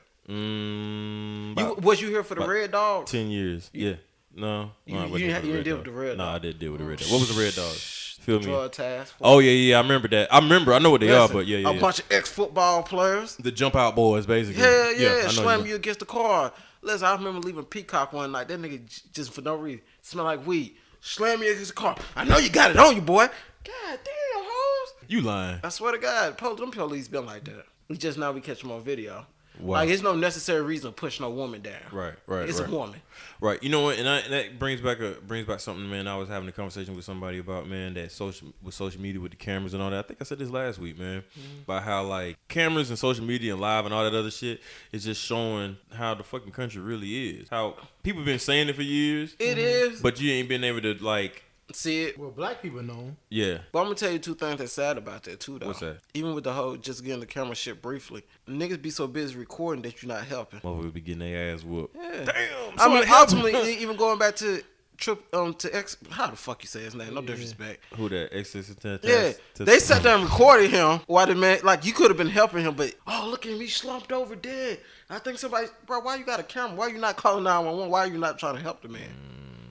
Speaker 1: Mm,
Speaker 3: You,
Speaker 1: about
Speaker 3: was you here for the
Speaker 1: about
Speaker 3: Red Dog?
Speaker 1: ten years. Yeah. No.
Speaker 3: You-
Speaker 1: no, I
Speaker 3: you
Speaker 1: wasn't
Speaker 3: had-
Speaker 1: for
Speaker 3: you
Speaker 1: Red
Speaker 3: didn't deal
Speaker 1: Dog.
Speaker 3: with the Red
Speaker 1: No,
Speaker 3: Dog. Oh,
Speaker 1: I did deal with the red dog. What was the red dog? Feel me?
Speaker 3: Drug task. Force.
Speaker 1: Oh yeah, yeah. I remember that. I remember. I know what they are,
Speaker 3: Listen,
Speaker 1: but Oh, yeah, yeah.
Speaker 3: A
Speaker 1: yeah.
Speaker 3: bunch of ex football players.
Speaker 1: The jump out boys, basically.
Speaker 3: Hell
Speaker 1: yeah
Speaker 3: yeah,
Speaker 1: I know
Speaker 3: slam
Speaker 1: you.
Speaker 3: you against the car. Listen, I remember leaving Peacock one night. That nigga j- just for no reason smell like weed. Slam you against the car. I know you got it on you, boy. God damn, hoes.
Speaker 1: You lying?
Speaker 3: I swear to God, po- them police been like that. It's just now we catch them on video.
Speaker 1: Wow.
Speaker 3: Like, it's no necessary reason to push no woman down.
Speaker 1: Right, right,
Speaker 3: It's
Speaker 1: right.
Speaker 3: a woman.
Speaker 1: Right. You know what? And, I, and that brings back a brings back something, man. I was having a conversation with somebody about, man, that social with social media with the cameras and all that. I think I said this last week, man,
Speaker 3: Mm-hmm.
Speaker 1: about how like cameras and social media and live and all that other shit is just showing how the fucking country really is. How people been saying it for years,
Speaker 3: It is.
Speaker 1: but you ain't been able to like,
Speaker 3: See it.
Speaker 4: Well, black people know.
Speaker 1: yeah,
Speaker 3: But I'm gonna tell you two things that's sad about that too, though.
Speaker 1: What's that?
Speaker 3: Even with the whole just getting the camera shit briefly, niggas be so busy recording that you're not helping.
Speaker 1: motherfuckers be getting their ass whooped.
Speaker 3: Yeah.
Speaker 1: Damn.
Speaker 3: I
Speaker 1: somebody
Speaker 3: mean,
Speaker 1: help me.
Speaker 3: ultimately, e- even going back to trip um to X, how the fuck you say his name? No disrespect.
Speaker 1: who that? Exodus to- to-
Speaker 3: Yeah,
Speaker 1: to-
Speaker 3: they sat there and recorded him. Why the man? Like you could have been helping him, but oh look at me slumped over dead. I think somebody, bro, why you got a camera? Why you not calling nine one one? Why you not trying to help the man?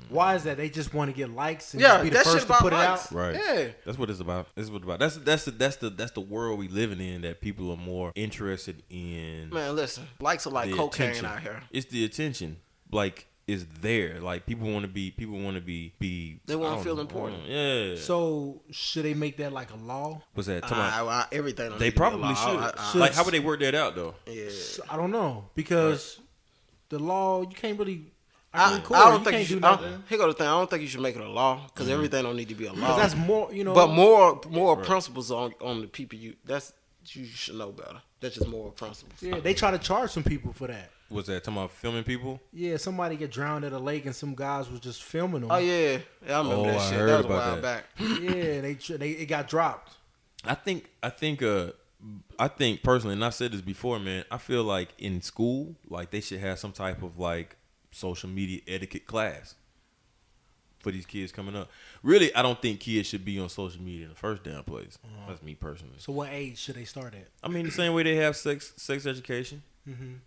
Speaker 4: Why is that? They just want to get likes and
Speaker 3: Yeah,
Speaker 4: just be the
Speaker 3: that shit
Speaker 4: first to
Speaker 3: about
Speaker 4: put it
Speaker 3: likes.
Speaker 4: out.
Speaker 1: Right.
Speaker 3: Yeah.
Speaker 1: That's what it's about. That's what it's about. That's that's the that's the that's the world we living in that people are more interested in
Speaker 3: Man, listen, likes are like
Speaker 1: the
Speaker 3: cocaine
Speaker 1: attention.
Speaker 3: out here.
Speaker 1: It's the attention. Like is there. Like people wanna be people wanna be be
Speaker 3: They wanna
Speaker 1: I don't
Speaker 3: feel
Speaker 1: know.
Speaker 3: important.
Speaker 1: Yeah.
Speaker 4: So should they make that like a law?
Speaker 1: What's that? Come
Speaker 3: I,
Speaker 1: on.
Speaker 3: I, everything. don't
Speaker 1: They
Speaker 3: need to be
Speaker 1: probably
Speaker 3: allowed.
Speaker 1: should.
Speaker 3: I- I-
Speaker 4: Should-
Speaker 1: Like how would they work that out though?
Speaker 3: Yeah.
Speaker 4: So, I don't know because the law you can't really. I,
Speaker 3: I,
Speaker 4: can record,
Speaker 3: I don't think
Speaker 4: you
Speaker 3: you
Speaker 4: can't
Speaker 3: should.
Speaker 4: do
Speaker 3: I don't-
Speaker 4: nothing.
Speaker 3: here go the thing. I don't think you should make it a law because everything don't need to be a
Speaker 4: 'Cause
Speaker 3: law.
Speaker 4: that's more, you know.
Speaker 3: Oh. but moral moral principles on on the people you that's you should know better. That's just moral principles.
Speaker 4: Yeah, they try to charge some people for that.
Speaker 1: What's that? Talking about filming people?
Speaker 4: Yeah, somebody get drowned at a lake and some guys was just filming them.
Speaker 3: Oh yeah, yeah I remember
Speaker 1: Oh,
Speaker 3: that
Speaker 1: I
Speaker 3: shit.
Speaker 1: heard
Speaker 3: that was
Speaker 1: about
Speaker 3: a
Speaker 1: that.
Speaker 3: while back.
Speaker 4: yeah, they tr- they it got dropped.
Speaker 1: I think I think uh I think personally, and I've said this before, man. I feel like in school, like they should have some type of like social media etiquette class for these kids coming up. Really, I don't think kids should be on social media in the first damn place. That's me personally.
Speaker 4: So what age should they start at?
Speaker 1: I mean, the same way they have sex sex education,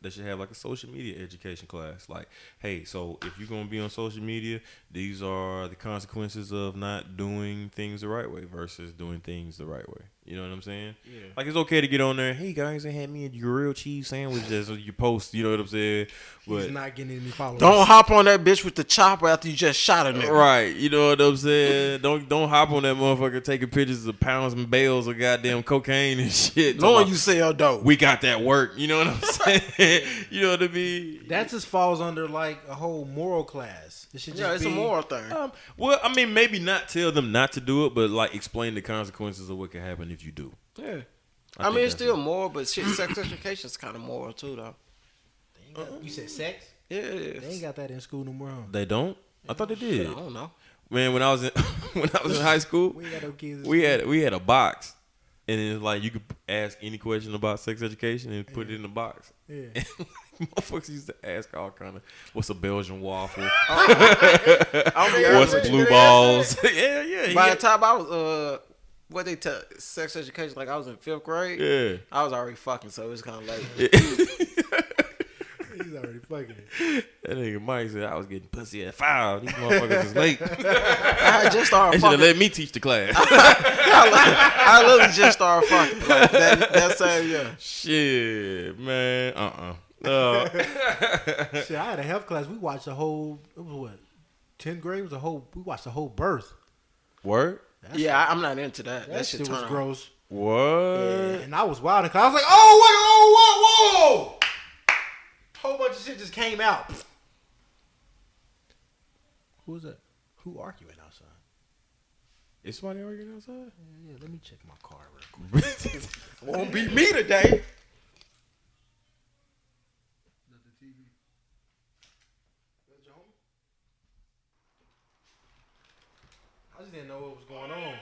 Speaker 1: they should have like a social media education class. Like, hey, so if you're gonna be on social media, these are the consequences of not doing things the right way versus doing things the right way. You know what I'm saying? Yeah. Like, it's okay to get on there. Hey guys, I had me a grilled cheese sandwich as you post. You know what I'm saying?
Speaker 4: He's
Speaker 1: But
Speaker 4: not getting any followers.
Speaker 3: Don't hop on that bitch with the chopper after you just shot a
Speaker 1: (laughs)
Speaker 3: nigga.
Speaker 1: Right, you know what I'm saying. Don't don't hop on that motherfucker taking pictures of pounds and bales of goddamn cocaine and shit.
Speaker 3: Knowing
Speaker 1: Talking
Speaker 3: you sell dope.
Speaker 1: about, we got that work. You know what I'm (laughs) saying? you know what I mean?
Speaker 4: That just falls under like a whole moral class. It should just
Speaker 3: yeah, it's
Speaker 4: be,
Speaker 3: a moral thing.
Speaker 1: Um, well, I mean, maybe not tell them not to do it, but like explain the consequences of what can happen if you do.
Speaker 3: yeah.
Speaker 1: I
Speaker 3: I, mean,
Speaker 1: think
Speaker 3: it's
Speaker 1: that's
Speaker 3: still moral, but shit, sex education's kind of moral too, though.
Speaker 4: You said sex?
Speaker 3: Yeah, it
Speaker 4: They ain't
Speaker 3: is.
Speaker 4: got that in school no more. Huh?
Speaker 1: They don't. I thought they
Speaker 3: I
Speaker 1: did.
Speaker 3: don't know.
Speaker 1: Man, when I was in (laughs) when I was in high school,
Speaker 4: We ain't got no kids.
Speaker 1: we had we had a box, and it's like you could ask any question about sex education and put it in the box.
Speaker 4: Yeah.
Speaker 1: (laughs) And motherfuckers used to ask all kind of what's a Belgian waffle, what's blue balls. (laughs) yeah, yeah, yeah.
Speaker 3: By the time I was uh, what they tell sex education, like I was in fifth grade.
Speaker 1: Yeah.
Speaker 3: I was already fucking, so it was kind of late.
Speaker 1: (laughs)
Speaker 4: He's already fucking.
Speaker 3: (laughs)
Speaker 4: It.
Speaker 1: that nigga Mike said I was getting pussy at five. These motherfuckers is (laughs) late. they
Speaker 3: I had just started
Speaker 1: should have
Speaker 3: fucking.
Speaker 1: let me teach the class. (laughs)
Speaker 3: I literally just started fucking like, that, that same year.
Speaker 1: Shit, man. Uh uh Uh,
Speaker 4: Shit, I had a health class. We watched the whole. It was what? Tenth grade was a whole. We watched the whole birth.
Speaker 1: word?
Speaker 3: (laughs) Yeah, I, I'm not into that. That,
Speaker 4: That,
Speaker 3: shit,
Speaker 4: shit was
Speaker 3: turn on.
Speaker 4: gross.
Speaker 1: What?
Speaker 4: Uh, And I was wild because I was like, oh, what? Oh, whoa, whoa! Whole bunch of shit just came out. Who is that? Who arguing outside?
Speaker 1: Is somebody arguing outside?
Speaker 4: Yeah, let me check my car real quick.
Speaker 3: Won't beat me today.
Speaker 4: I just didn't know what was going on.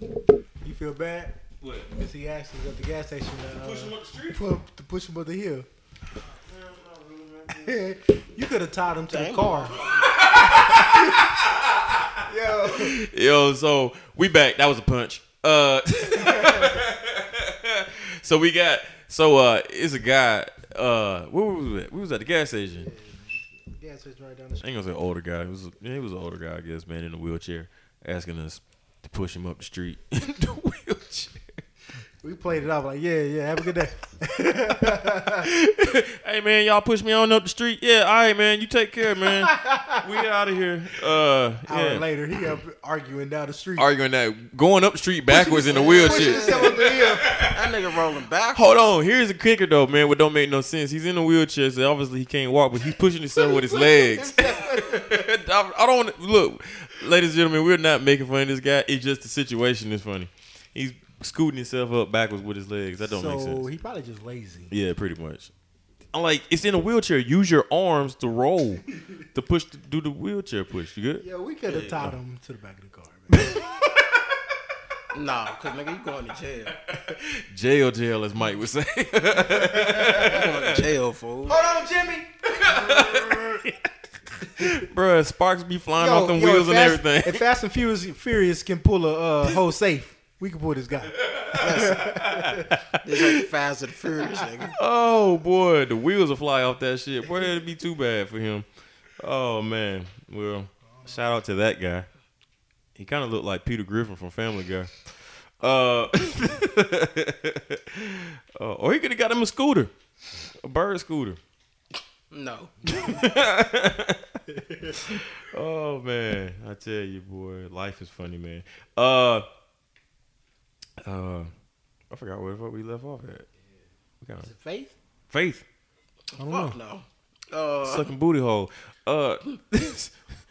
Speaker 4: You feel bad?
Speaker 1: What?
Speaker 4: Because he asked us at the gas station to, uh,
Speaker 1: Push him up the street?
Speaker 4: put- to push him up the hill. (laughs) you could have tied him to the car.
Speaker 1: (laughs) Yo, so we back. That was a punch. Uh, (laughs) so we got so uh, it's a guy. Uh, where was we at? We was at the gas station.
Speaker 4: Gas station right down the
Speaker 1: I
Speaker 4: street.
Speaker 1: ain't gonna say older guy. He was yeah, he was an older guy, I guess, man, in a wheelchair, asking us to push him up the street (laughs) in the wheelchair.
Speaker 4: We played it off like, yeah, yeah, have a good day.
Speaker 1: (laughs) hey man, y'all push me on up the street. Yeah, all right, man. You take care,
Speaker 4: (laughs)
Speaker 1: man. we out of here. Uh,
Speaker 4: Hour
Speaker 1: yeah.
Speaker 4: later, he up arguing down the street.
Speaker 1: Arguing that going up the street backwards in a wheelchair.
Speaker 3: That nigga rolling back.
Speaker 1: Hold on, here's a kicker though, man. What don't make no sense. He's in a wheelchair, so obviously he can't walk, but he's pushing himself with his (laughs)
Speaker 4: (laughs)
Speaker 1: legs. (laughs) I I don't wanna- look, ladies and gentlemen. We're not making fun of this guy. It's just the situation is funny. He's scooting himself up backwards with his legs. That don't
Speaker 4: so
Speaker 1: make sense.
Speaker 4: he probably just lazy.
Speaker 1: yeah, pretty much. I'm like, it's in a wheelchair. Use your arms to roll, to push, to do the wheelchair push. You good?
Speaker 4: Yeah, we could have tied him to the back of the car. Man.
Speaker 3: Nah, cause nigga, you going to jail.
Speaker 1: Jail, jail, as Mike would say. (laughs)
Speaker 3: You going to jail, fool.
Speaker 1: Bruh, sparks be flying off them wheels
Speaker 4: if
Speaker 1: and
Speaker 4: Fast-
Speaker 1: everything.
Speaker 4: If Fast and Furious, Furious can pull a uh, whole safe, we can pull this
Speaker 1: (laughs)
Speaker 4: guy.
Speaker 3: This ain't the Fast and the Furious, nigga.
Speaker 1: (laughs) Oh boy, the wheels will fly off that shit. Boy, that'd be too bad for him. Oh man. Well, shout out to that guy. He kind of looked like Peter Griffin from Family Guy. Uh, (laughs) uh, or he could have got him a scooter, a bird scooter.
Speaker 3: No.
Speaker 1: Oh man, I tell you, boy, life is funny, man. Uh, uh, I forgot where the fuck we left off at. We got
Speaker 4: Faith?
Speaker 1: faith.
Speaker 4: I don't know.
Speaker 3: Fuck no. Uh,
Speaker 1: sucking booty hole. Uh,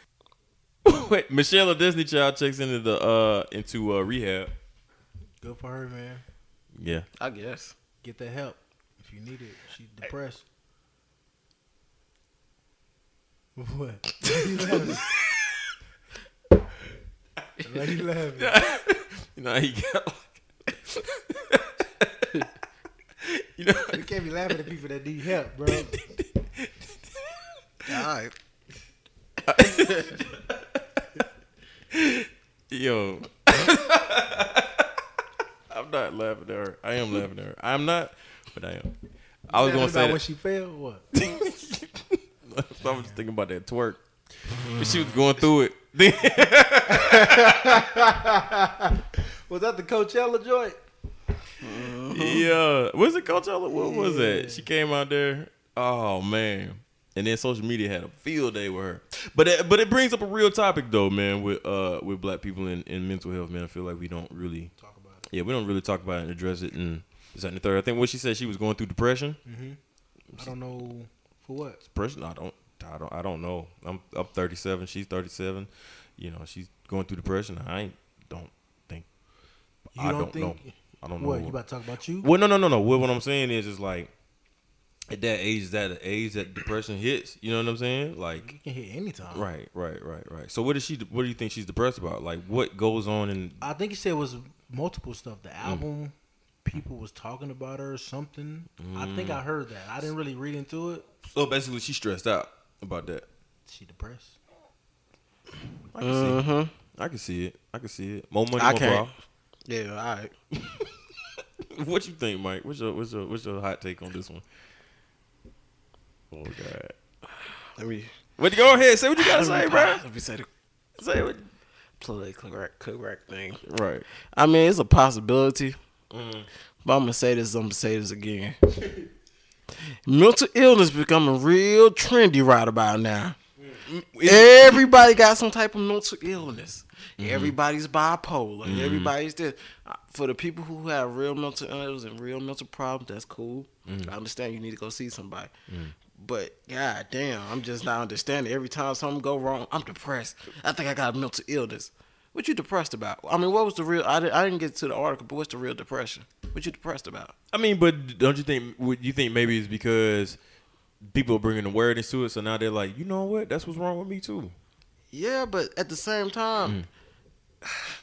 Speaker 1: (laughs) wait, Michelle, a Disney child, checks into the uh into uh rehab.
Speaker 4: Good for her, man.
Speaker 1: Yeah,
Speaker 3: I guess.
Speaker 4: Get that help if you need it. She's depressed. (laughs) What? (laughs) Why you laughing?
Speaker 1: you know he got. like- (laughs) you know,
Speaker 4: You can't be laughing at people that need
Speaker 1: (laughs)
Speaker 4: help, bro.
Speaker 3: All right.
Speaker 1: (laughs) yo. I'm not laughing at her. I am laughing at her. I'm not, but I am. I was gonna say
Speaker 4: when
Speaker 1: that.
Speaker 4: she failed. What?
Speaker 1: (laughs) So I was thinking about that twerk. But she was going through it. (laughs) Then
Speaker 4: Was that the Coachella joint?
Speaker 1: Yeah. Was it Coachella? What was that? She came out there. Oh man. And then social media had a field day with her. But it, but it brings up a real topic though, man, with uh with black people and, and mental health, man. I feel like we don't really
Speaker 4: Talk about it.
Speaker 1: yeah, we don't really talk about it and address it and is that and the third. I think what she said she was going through depression.
Speaker 4: I don't know for what.
Speaker 1: Depression, I don't I don't I don't know. I'm I'm thirty seven, she's thirty seven. You know, she's going through depression. I ain't, don't think
Speaker 4: You
Speaker 1: I
Speaker 4: don't
Speaker 1: don't,
Speaker 4: think-
Speaker 1: know. I don't
Speaker 4: What
Speaker 1: know.
Speaker 4: you about to talk about you?
Speaker 1: Well, no, no, no, no. What, what I'm saying is, is like at that age, is that the age that depression hits. You know what I'm saying? Like,
Speaker 4: You can hit anytime.
Speaker 1: right, right, right, right. So, what is she? What do you think she's depressed about? Like, what goes on in?
Speaker 4: I think he said it was multiple stuff.
Speaker 1: Mm.
Speaker 4: The album, people was talking about her or something. I think
Speaker 1: Mm.
Speaker 4: I heard that. I didn't really read into it.
Speaker 1: So basically, she's stressed out about that.
Speaker 4: She depressed.
Speaker 1: I can see. It.
Speaker 4: Mm-hmm.
Speaker 1: I can see it. I can see it. More money,
Speaker 3: I
Speaker 1: more
Speaker 3: can't.
Speaker 1: problems.
Speaker 3: Yeah, all right.
Speaker 1: What you think, Mike? What's your what's your what's your hot take on this one? Oh God!
Speaker 3: Let me,
Speaker 1: What go ahead? Say what you (laughs) gotta say, bro.
Speaker 3: let me say the
Speaker 1: Say what.
Speaker 3: politically correct, correct thing.
Speaker 1: Right.
Speaker 3: I Mm-hmm. mean, it's a possibility. But I'm gonna say this. I'm gonna say this again. (laughs) mental illness becoming real trendy right about now. Everybody got some type of mental illness. Everybody's bipolar. Everybody's this. Uh, For the people who have real mental illness and real mental problems, that's cool. I understand you need to go see somebody. But god damn, I'm just not understanding. Every time something go wrong, I'm depressed. I think I got a mental illness. What you depressed about? I mean, what was the real? I, did, I didn't get to the article, but what's the real depression? What you depressed about?
Speaker 1: I mean, but don't you think? Would you think maybe it's because people are bringing awareness to it, so now they're like, you know what? That's what's wrong with me too.
Speaker 3: Yeah, but at the same
Speaker 1: Mm.
Speaker 3: time,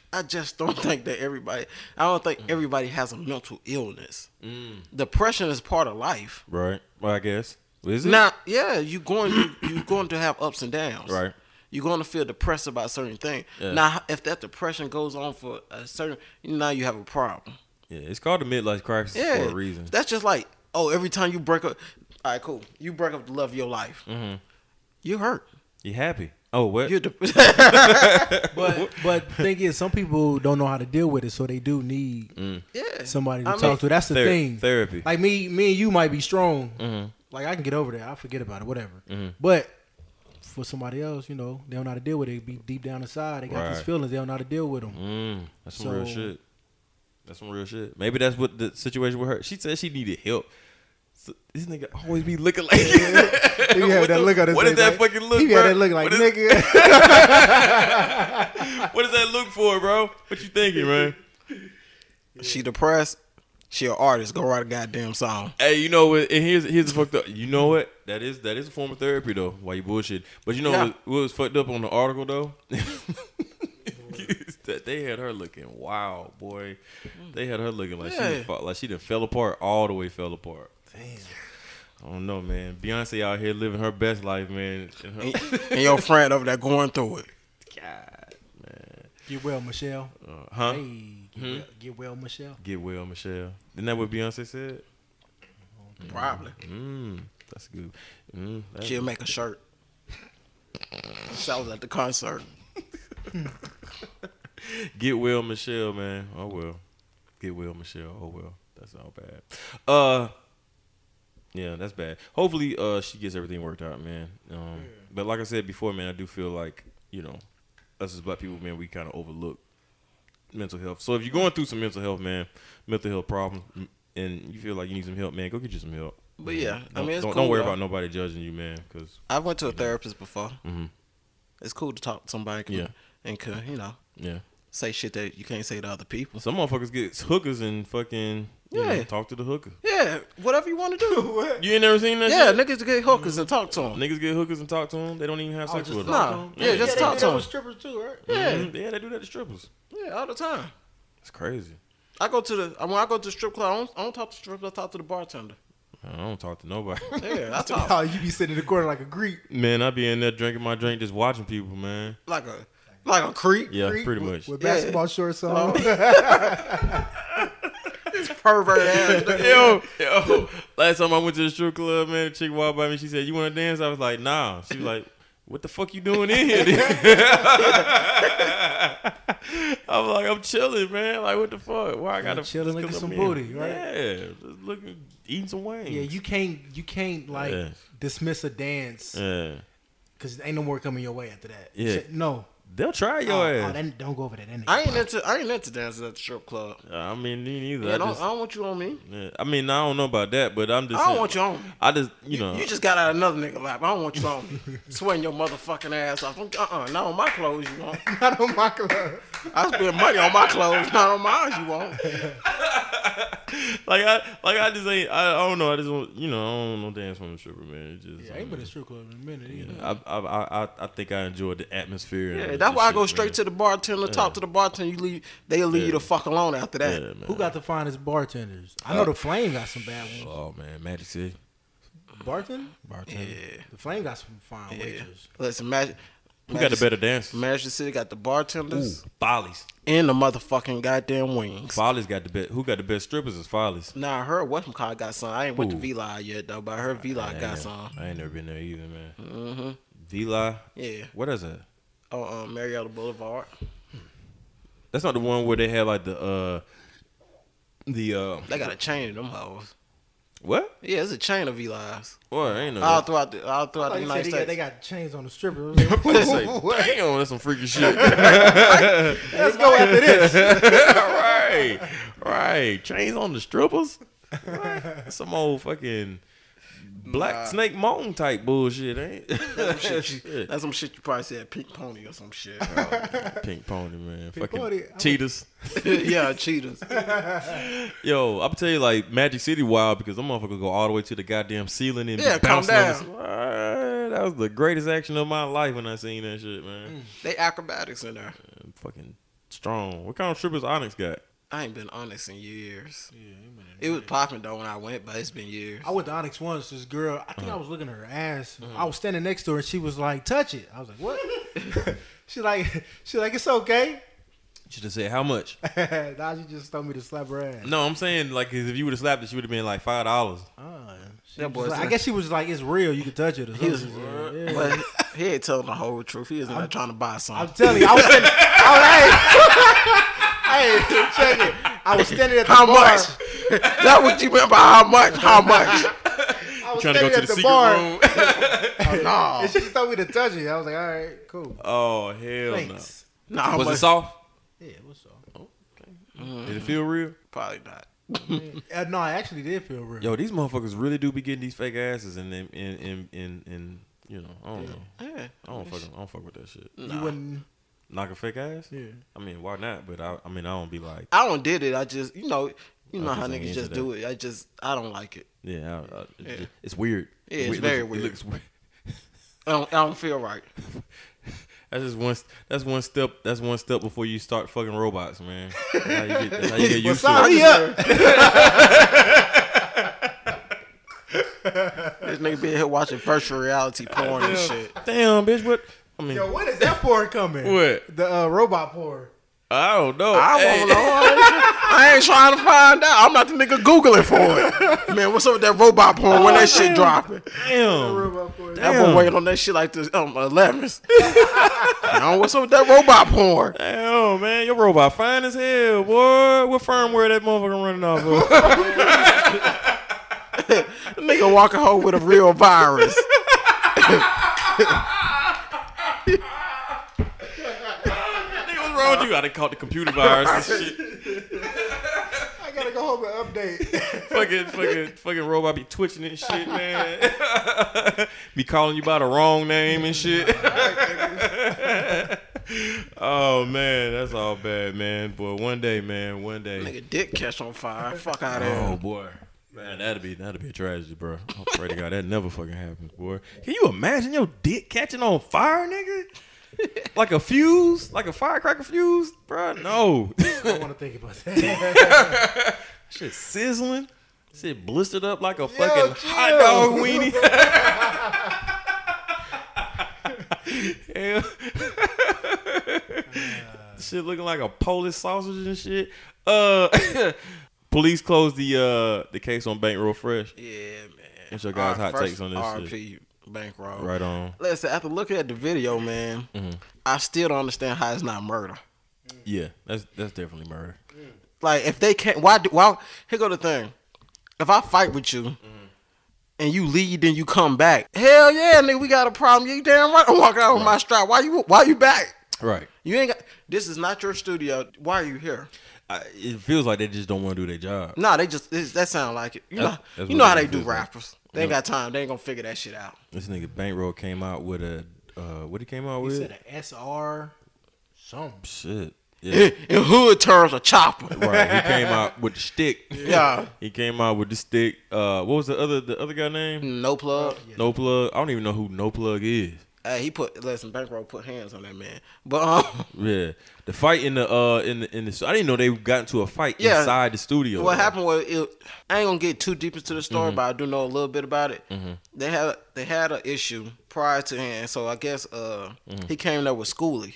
Speaker 3: (sighs) I just don't (laughs) think that everybody. I don't think everybody has a mental illness.
Speaker 1: Mm.
Speaker 3: Depression is part of life.
Speaker 1: Right. Well, I guess is it?
Speaker 3: Now, yeah, you going to, you going to have ups and downs.
Speaker 1: Right.
Speaker 3: You're going to feel depressed about certain things.
Speaker 1: Yeah.
Speaker 3: Now, if that depression goes on for a certain, now you have a problem.
Speaker 1: Yeah, it's called the midlife crisis
Speaker 3: Yeah,
Speaker 1: for a reason.
Speaker 3: That's just like, oh, every time you break up, all right, cool. You break up the love of your life.
Speaker 1: Mm-hmm.
Speaker 3: You hurt.
Speaker 1: You happy? Oh, what?
Speaker 3: You're de- (laughs)
Speaker 1: (laughs)
Speaker 4: But but thing is, some people don't know how to deal with it, so they do need
Speaker 3: yeah.
Speaker 4: somebody to
Speaker 3: I
Speaker 4: talk
Speaker 3: mean,
Speaker 4: to. That's the
Speaker 1: Mm. Ther-
Speaker 4: thing.
Speaker 1: therapy. Mm-hmm.
Speaker 4: Like me, me and you might be strong. Like I can get over that. I forget about it. Whatever. But for somebody else, you know, they don't know how to deal with it. It Be deep down inside, they got these
Speaker 1: Right.
Speaker 4: feelings. They don't know how to deal with them.
Speaker 1: Mm, that's some real
Speaker 4: So-
Speaker 1: shit. That's some real shit. Maybe that's what the situation with her. She said she needed help. So this nigga always be looking (laughs) like.
Speaker 4: He had
Speaker 1: What
Speaker 4: that
Speaker 1: the-
Speaker 4: look on his
Speaker 1: what is
Speaker 4: face,
Speaker 1: that
Speaker 4: like-
Speaker 1: fucking look,
Speaker 4: He
Speaker 1: bro?
Speaker 4: had that look like
Speaker 1: What is- (laughs)
Speaker 4: nigga. (laughs)
Speaker 1: what does that look for, bro? What you thinking,
Speaker 4: (laughs)
Speaker 1: man?
Speaker 3: She depressed. She an artist. Go write a goddamn song.
Speaker 1: Hey, you know what? And here's here's the fucked up. You know what? That is that is a form of therapy though. Why you bullshit? But you know
Speaker 3: Yeah.
Speaker 1: what, what was fucked up on the article though? (laughs) Is that they had her looking wow, boy. They had her looking like she
Speaker 3: Yeah.
Speaker 1: done fa- like she done fell apart all the way fell apart. Damn. I don't know, man. Beyonce out here living her best life, man. And her-
Speaker 3: And, and your friend over there going through it.
Speaker 1: God, man.
Speaker 4: get well, Michelle.
Speaker 1: Uh, huh?
Speaker 4: Hey,
Speaker 1: Mm-hmm.
Speaker 4: get, well, get well, Michelle.
Speaker 1: Get well, Michelle. Isn't that what Beyonce said?
Speaker 3: Probably.
Speaker 1: Mm, that's good. Mm, that's
Speaker 3: She'll make a shirt. Sell it at the concert.
Speaker 1: Get well, Michelle, man. Oh well. Get well, Michelle. Oh well. That's all bad. Uh yeah, that's bad. Hopefully uh she gets everything worked out, man. Um but like I said before, man, I do feel like, you know, us as black people, man, we kinda overlook mental health. So if you're going through some mental health, man, mental health problems m- and you feel like you need some help, man, go get you some help.
Speaker 3: But yeah, I
Speaker 1: Don't,
Speaker 3: mean, it's
Speaker 1: don't,
Speaker 3: cool.
Speaker 1: don't worry
Speaker 3: though.
Speaker 1: about nobody judging you, man, because
Speaker 3: I went to a therapist before.
Speaker 1: Mhm.
Speaker 3: It's cool to talk to somebody can,
Speaker 1: Yeah.
Speaker 3: and can, you know,
Speaker 1: yeah.
Speaker 3: say shit that you can't say to other people.
Speaker 1: Some motherfuckers get hookers and fucking you know,
Speaker 3: Yeah.
Speaker 1: talk to the hooker.
Speaker 3: Yeah, whatever you want to (laughs) do.
Speaker 1: You ain't never seen that shit?
Speaker 3: yeah, niggas get hookers and talk to them.
Speaker 1: Niggas get hookers and talk to them. They don't even have sex with them.
Speaker 3: talk to 'em. Yeah, just talk to 'em.
Speaker 4: Strippers too, right?
Speaker 3: Yeah,
Speaker 1: Mhm. yeah, they do that to strippers.
Speaker 3: yeah, all the time.
Speaker 1: It's crazy.
Speaker 3: I go to the when I go to the strip club. I don't, I don't talk to strippers. I talk to the bartender.
Speaker 1: I don't talk to nobody. (laughs)
Speaker 3: Yeah, (laughs) I talk
Speaker 4: (laughs) Oh, you be sitting in the corner like a Greek.
Speaker 1: man, I be in there drinking my drink, just watching people, man.
Speaker 3: like a like a creep
Speaker 1: Yeah,
Speaker 4: Greek
Speaker 1: pretty much.
Speaker 4: with- With
Speaker 3: Yeah. Oh.
Speaker 4: basketball shorts on.
Speaker 3: pervert ass.
Speaker 1: yo, (laughs) yo. Last time I went to the strip club, man, a chick walked by me. She said, "You want to dance?" I was like, "Nah." She was like, "What the fuck you doing in here?" then?" (laughs) I'm like, "I'm chilling, man. Like, what the fuck? Why I gotta
Speaker 4: chilling, looking
Speaker 1: just
Speaker 4: some
Speaker 1: 'cause I'm
Speaker 4: booty,
Speaker 1: in-
Speaker 4: right?
Speaker 1: Yeah, just looking, eating some wings.
Speaker 4: Yeah, you can't you can't like
Speaker 1: Yeah.
Speaker 4: dismiss a dance
Speaker 1: Yeah,
Speaker 4: because ain't no more coming your way after that.
Speaker 1: Yeah.
Speaker 4: Shit, no.
Speaker 1: they'll try your
Speaker 4: Oh,
Speaker 1: ass.
Speaker 4: oh, that- don't go over there. That
Speaker 3: I
Speaker 4: nigga
Speaker 3: ain't into I ain't into dancing at the strip club.
Speaker 1: I mean, me neither.
Speaker 3: Yeah, I,
Speaker 1: I,
Speaker 3: don't,
Speaker 1: just,
Speaker 3: I don't want you on me.
Speaker 1: yeah. I mean, I don't know about that, but I'm just.
Speaker 3: I don't
Speaker 1: saying-
Speaker 3: want you on me.
Speaker 1: I just, you know,
Speaker 3: You just got out another nigga lap. I don't want you on me. Sweating your motherfucking ass off. Uh uh Not on my clothes you want.
Speaker 4: (laughs) not on my club.
Speaker 3: I spend money on my clothes, not on mine you want.
Speaker 1: like I, like I just ain't. I, I don't know. I just, don't, you know, I don't know dance from a stripper, man. It just,
Speaker 4: Yeah, I ain't been to a strip club in a minute either.
Speaker 1: I, I, I, I, I think I enjoyed the atmosphere.
Speaker 3: Yeah, that's why I go straight to the bartender, talk to the bartender. You leave, they'll leave you the fuck alone after that.
Speaker 1: Yeah, man.
Speaker 4: Who got the finest bartenders? I
Speaker 1: Uh,
Speaker 4: know the Flame got some bad ones.
Speaker 1: Oh man, Magic City. uh,
Speaker 4: Bartender?
Speaker 1: Bartender.
Speaker 3: Yeah.
Speaker 4: The Flame got some fine
Speaker 3: yeah.
Speaker 4: waiters.
Speaker 3: Listen, Magic.
Speaker 1: Who got the better dancers?
Speaker 3: Magic City got the bartenders
Speaker 1: Follies.
Speaker 3: and the motherfucking goddamn wings.
Speaker 1: Follies got the best. Who got the best strippers is Follies.
Speaker 3: Nah, her Western Card got some. I ain't went to
Speaker 1: Ooh.
Speaker 3: V Live yet though, but her V Live got some.
Speaker 1: I ain't never been there either, man. Mm-hmm. Vila.
Speaker 3: Yeah,
Speaker 1: What is it?
Speaker 3: on um, Marietta Boulevard.
Speaker 1: That's not the one where they had like the uh the uh
Speaker 3: They gotta change them hoes.
Speaker 1: What?
Speaker 3: Yeah, it's a chain of V lives
Speaker 1: Boy, I ain't no.
Speaker 3: all throughout the all throughout the
Speaker 4: Like Oh, you said,
Speaker 3: United
Speaker 4: they got,
Speaker 3: States.
Speaker 4: they got chains on the
Speaker 1: (laughs)
Speaker 4: stripper. Let's
Speaker 1: They say, Damn, that's some
Speaker 4: (laughs)
Speaker 1: freaky shit. All
Speaker 4: go after this.
Speaker 1: (laughs) right, right. Chains on the strippers. What? Some old fucking Black Snake Mountain type bullshit, ain't?
Speaker 3: That's some shit you-
Speaker 1: (laughs) Shit.
Speaker 3: that's some shit you probably said pink pony or some shit.
Speaker 1: Pink Pony, man. fucking
Speaker 4: Pony, I'm a-
Speaker 1: cheetahs.
Speaker 3: (laughs) yeah,
Speaker 4: (laughs)
Speaker 3: cheaters.
Speaker 1: Yo, I'm tell you, like Magic City wild because them motherfuckers go all the way to the goddamn ceiling and
Speaker 3: Yeah,
Speaker 1: be
Speaker 3: calm
Speaker 1: bouncing on the- Alright, That was the greatest action of my life when I seen that shit,
Speaker 4: Mm.
Speaker 1: man.
Speaker 3: They acrobatics in there.
Speaker 1: I'm fucking strong. What kind of strippers Onyx got?
Speaker 3: I ain't been honest in years. it was popping though when I went, but it's been years.
Speaker 4: I went to Onyx once. This girl, I
Speaker 1: Uh.
Speaker 4: think I was looking at her ass. I was standing next to her, and she was like, "Touch it." I was like, "What?" (laughs) she like, she like, "It's okay." (laughs)
Speaker 1: Should have said how much.
Speaker 4: now she just told me to slap her
Speaker 1: (laughs)
Speaker 4: ass.
Speaker 1: No, I'm saying like 'cause if you would have slapped it, she would have been like five dollars.
Speaker 4: Ah, she
Speaker 3: That
Speaker 4: was
Speaker 3: boy
Speaker 4: like- I
Speaker 3: said-
Speaker 4: guess she was like, "It's real. You can touch it." Or something. Yeah.
Speaker 3: But he ain't telling the whole truth. He isn't trying to buy
Speaker 4: I'm
Speaker 3: something.
Speaker 4: telling you, I was standing. I was, hey, (laughs) hey, check it. I was standing at the
Speaker 3: How
Speaker 4: bar.
Speaker 3: much? (laughs) that what you meant by how much? How much?
Speaker 4: I was
Speaker 1: Trying to go
Speaker 4: standing
Speaker 1: to
Speaker 4: at
Speaker 1: the,
Speaker 4: the,
Speaker 1: secret
Speaker 4: bar,
Speaker 1: room.
Speaker 3: no.
Speaker 4: (laughs) and she just told me to touch it. I was like, "All right, cool."
Speaker 1: (laughs) oh hell
Speaker 4: Thanks.
Speaker 3: No, how
Speaker 1: no. Was
Speaker 3: much?
Speaker 1: it soft?
Speaker 4: Yeah, what's up?
Speaker 1: Did it feel real?
Speaker 3: Probably not.
Speaker 4: Uh, no, I actually did feel real.
Speaker 1: Yo, these motherfuckers really do be getting these fake asses and and and and, and, and you know, I don't know.
Speaker 3: Yeah.
Speaker 1: I don't fucking I don't fuck with that shit.
Speaker 4: you wouldn't.
Speaker 1: Knock a fake ass?
Speaker 4: Yeah.
Speaker 1: I mean, why not? But I, I mean, I don't be like,
Speaker 3: I don't did it. I just, you know, you know
Speaker 1: just
Speaker 3: how
Speaker 1: ain't
Speaker 3: niggas
Speaker 1: into
Speaker 3: just do it. I just, I don't like it.
Speaker 1: yeah, I, I,
Speaker 3: Yeah.
Speaker 1: it's weird.
Speaker 3: Yeah, it's
Speaker 1: It
Speaker 3: very
Speaker 1: looks-
Speaker 3: weird.
Speaker 1: It looks weird.
Speaker 3: I don't, I don't feel right.
Speaker 1: That's just one. That's one step. That's one step before you start fucking robots,
Speaker 3: (laughs)
Speaker 1: man. That's how you get, that's how you get used to it.
Speaker 4: Hurry up.
Speaker 3: This nigga be in here watching virtual reality porn and shit.
Speaker 1: Damn, bitch. What? I mean,
Speaker 4: Yo, when is that porn coming?
Speaker 1: What?
Speaker 4: The uh, robot porn.
Speaker 1: I don't know.
Speaker 3: I
Speaker 1: Hey,
Speaker 3: won't know. I ain't trying to find out. I'm not the nigga googling for it. Man, what's up with that robot porn when that shit dropping?
Speaker 1: Damn.
Speaker 4: Robot porn.
Speaker 3: I've been
Speaker 1: Damn.
Speaker 3: waiting on that shit like this um elevens. (laughs) now what's up with that robot porn?
Speaker 1: Damn, man. Your robot fine as hell, boy. What firmware that motherfucker running off of?
Speaker 3: Nigga walking home with a real virus.
Speaker 1: Nigga, what's wrong with you? I done caught the computer virus and shit.
Speaker 4: (laughs) I gotta go home and update.
Speaker 1: (laughs) fucking, fucking, fucking robot be twitching and shit, man. (laughs) be calling you by the wrong name and shit. (laughs) oh man, that's all bad, man. Boy, one day, man, one day.
Speaker 3: Nigga dick catch on fire. Fuck out of
Speaker 1: Oh
Speaker 3: here.
Speaker 1: boy. Man, that'd be that'd be a tragedy, bro. I pray to God that never fucking happens, boy. Can you imagine your dick catching on fire, nigga? like a fuse, like a firecracker fuse, bro. No, (laughs)
Speaker 4: I want to think about that.
Speaker 1: shit sizzling, shit blistered up like a
Speaker 4: chill.
Speaker 1: fucking hot dog weenie. Hell. (laughs) shit looking like a Polish sausage and shit. Uh, (laughs) police closed the uh the case on Bankroll Fresh.
Speaker 3: Yeah, man.
Speaker 1: What's your guys'
Speaker 3: Alright,
Speaker 1: hot takes
Speaker 3: first
Speaker 1: on this
Speaker 3: RP
Speaker 1: shit?
Speaker 3: bankroll.
Speaker 1: Right Mm-hmm. on.
Speaker 3: Listen, after looking at the video, man, I still don't understand how it's not murder.
Speaker 1: Yeah, that's that's definitely murder.
Speaker 3: Like if they can't, why? Do, why? Here go the thing. If I fight with you
Speaker 1: Mm-hmm.
Speaker 3: and you leave, then you come back. Hell yeah, nigga, we got a problem. You damn right. I'm walking out with my strap. Why you? Why you back?
Speaker 1: Right.
Speaker 3: You ain't got. This is not your studio. Why are you here?
Speaker 1: I, it feels like they just don't want to do their job.
Speaker 3: Nah, they just this, that sound like it. You know,
Speaker 1: That's- that's
Speaker 3: you
Speaker 1: what
Speaker 3: know how
Speaker 1: it
Speaker 3: they do
Speaker 1: feels like.
Speaker 3: rappers. They ain't got time. They ain't gonna figure that shit out.
Speaker 1: This nigga Bankroll came out with a uh, what he came out
Speaker 4: You
Speaker 1: with?
Speaker 4: said an SR, something.
Speaker 1: Shit. Yeah.
Speaker 3: (laughs)
Speaker 1: (laughs)
Speaker 3: In hood terms, a chopper.
Speaker 1: Right, he came out with the stick.
Speaker 3: Yeah.
Speaker 1: (laughs) He came out with the stick. Uh, what was the other the other guy name?
Speaker 3: No plug.
Speaker 1: No plug. I don't even know who No Plug is.
Speaker 3: Hey, he put listen. Bankroll put hands on that man. But (laughs) um,
Speaker 1: Yeah, the fight in the uh in the in the I didn't know they got into a fight
Speaker 3: Yeah.
Speaker 1: inside the studio.
Speaker 3: What happened was it, I ain't gonna get too deep into the story, but I do know a little bit about it. They had they had an issue prior to him, so I guess uh, he came there with Schooley.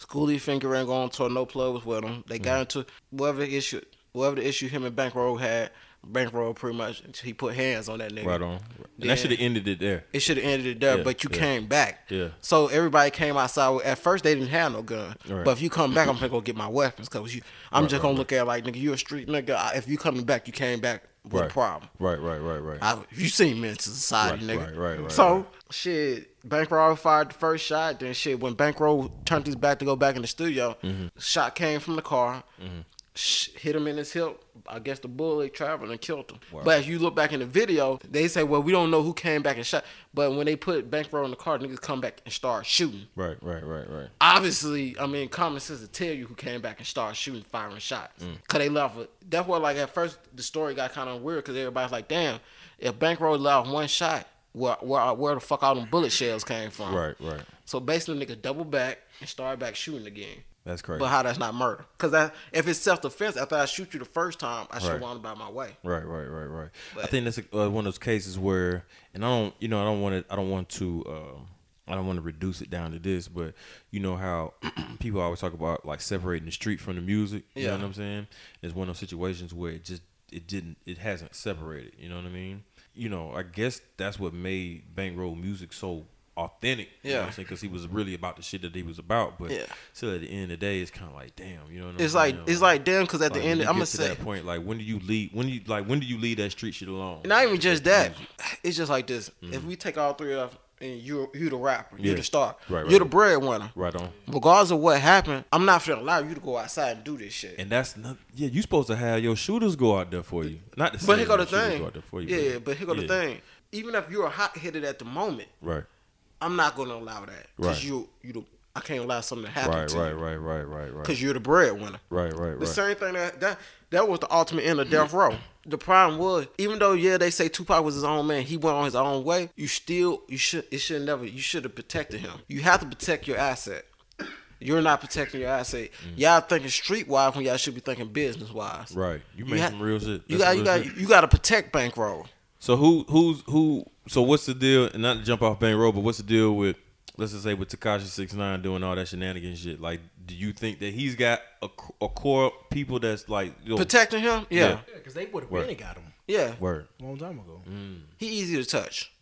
Speaker 3: Schooley finger ain't going to no plug was with him. They got into whatever issue, whatever the issue him and Bankroll had. Bankroll pretty much he put hands on that nigga.
Speaker 1: Right on. And
Speaker 3: Yeah.
Speaker 1: that should have ended it there.
Speaker 3: It should have ended it there,
Speaker 1: Yeah,
Speaker 3: but you
Speaker 1: yeah.
Speaker 3: came back.
Speaker 1: Yeah.
Speaker 3: So everybody came outside. with- At first, they didn't have no gun.
Speaker 1: Right.
Speaker 3: But if you come back, I'm gonna go get my weapons because you. I'm just gonna look at it like nigga, you a street nigga. I- If you coming back, you came back with
Speaker 1: Right.
Speaker 3: a problem.
Speaker 1: Right, right, right, right.
Speaker 3: I, you seen Mental Society,
Speaker 1: Right,
Speaker 3: nigga.
Speaker 1: right, right, right,
Speaker 3: so
Speaker 1: right.
Speaker 3: shit, Bankroll fired the first shot. Then shit, when Bankroll turned his back to go back in the studio, shot came from the car, sh- hit him in his hip. I guess the bullet traveled and killed him. But if you look back in the video, they say, well, we don't know who came back and shot. But when they put Bankroll in the car, niggas come back and start shooting.
Speaker 1: right, right, right, right.
Speaker 3: Obviously, I mean, common sense will tell you who came back and started shooting, firing shots.
Speaker 1: Mm.
Speaker 3: Cause they left. with- That's why, like at first, the story got kind of weird. Cause everybody's like, "Damn, if Bankroll allowed one shot, where where where the fuck all them bullet shells came from?"
Speaker 1: Right, right.
Speaker 3: So basically, nigga double back and started back shooting again.
Speaker 1: That's crazy.
Speaker 3: But how that's not murder? Cause that if it's self defense, after I shoot you the first time, I
Speaker 1: Right.
Speaker 3: should
Speaker 1: Mm-hmm.
Speaker 3: have wound about my way.
Speaker 1: Right, right, right, right. I
Speaker 3: But-
Speaker 1: think that's uh, one of those cases where, and I don't, you know, I don't want to, I don't want to, um, I don't want to reduce it down to this, but you know how (clears throat) people always talk about like separating the street from the music. You know
Speaker 3: Yeah.
Speaker 1: what I'm saying? It's one of those situations where it just, it didn't, it hasn't separated. You know what I mean? You know, I guess that's what made Bankroll music so authentic. You know
Speaker 3: Yeah.
Speaker 1: what I'm saying? Because he was really about the shit that he was about, but
Speaker 3: Yeah.
Speaker 1: still at the end of the day, it's kind of like, damn, you know what I'm
Speaker 3: It's
Speaker 1: saying?
Speaker 3: like it's like damn. Cause
Speaker 1: Like,
Speaker 3: at the
Speaker 1: when
Speaker 3: end,
Speaker 1: you
Speaker 3: I'm gonna
Speaker 1: get to
Speaker 3: say
Speaker 1: that point. Like when do you leave? When you like when do you leave that street shit alone?
Speaker 3: Not even just that. It's just like this. If we take all three of and you you the rapper, you
Speaker 1: Mm-hmm. Yeah.
Speaker 3: the star,
Speaker 1: Right, right.
Speaker 3: you're the breadwinner.
Speaker 1: Right on.
Speaker 3: Regardless of what happened, I'm not gonna allow you to go outside and do this shit.
Speaker 1: And that's not. Yeah, you supposed to have your shooters go out there for you. Not the
Speaker 3: but
Speaker 1: same
Speaker 3: here go the
Speaker 1: shooters
Speaker 3: thing.
Speaker 1: Go out there for you,
Speaker 3: yeah, but here go the
Speaker 1: yeah,
Speaker 3: thing. Even if you're a hot hitter at the moment,
Speaker 1: Right.
Speaker 3: I'm not gonna allow that because
Speaker 1: Right.
Speaker 3: you you the, I can't allow something to happen
Speaker 1: Right.
Speaker 3: to
Speaker 1: Right.
Speaker 3: you
Speaker 1: Right. Right. Right. Right.
Speaker 3: because you're the breadwinner.
Speaker 1: Right. Right.
Speaker 3: The
Speaker 1: Right.
Speaker 3: same thing that that that was the ultimate end of death row. The problem was, even though yeah, they say Tupac was his own man, he went on his own way. You still you should it should never you should have protected him. You have to protect your asset. You're not protecting your asset. Y'all thinking street wise when y'all should be thinking business wise.
Speaker 1: Mm. Right. You made some real shit. That's
Speaker 3: You got
Speaker 1: some
Speaker 3: you
Speaker 1: real
Speaker 3: got
Speaker 1: shit.
Speaker 3: you got to protect bankroll.
Speaker 1: So who who's who? So what's the deal? And not to jump off Bang Road, but what's the deal with? Let's just say with Takashi Six Nine doing all that shenanigans shit. Like, do you think that he's got a, c- a core people that's like yo,
Speaker 3: Protecting him, yeah,
Speaker 4: because they would have
Speaker 1: Word.
Speaker 4: really got him
Speaker 3: yeah.
Speaker 1: Word.
Speaker 4: a long time ago.
Speaker 3: He easy to touch,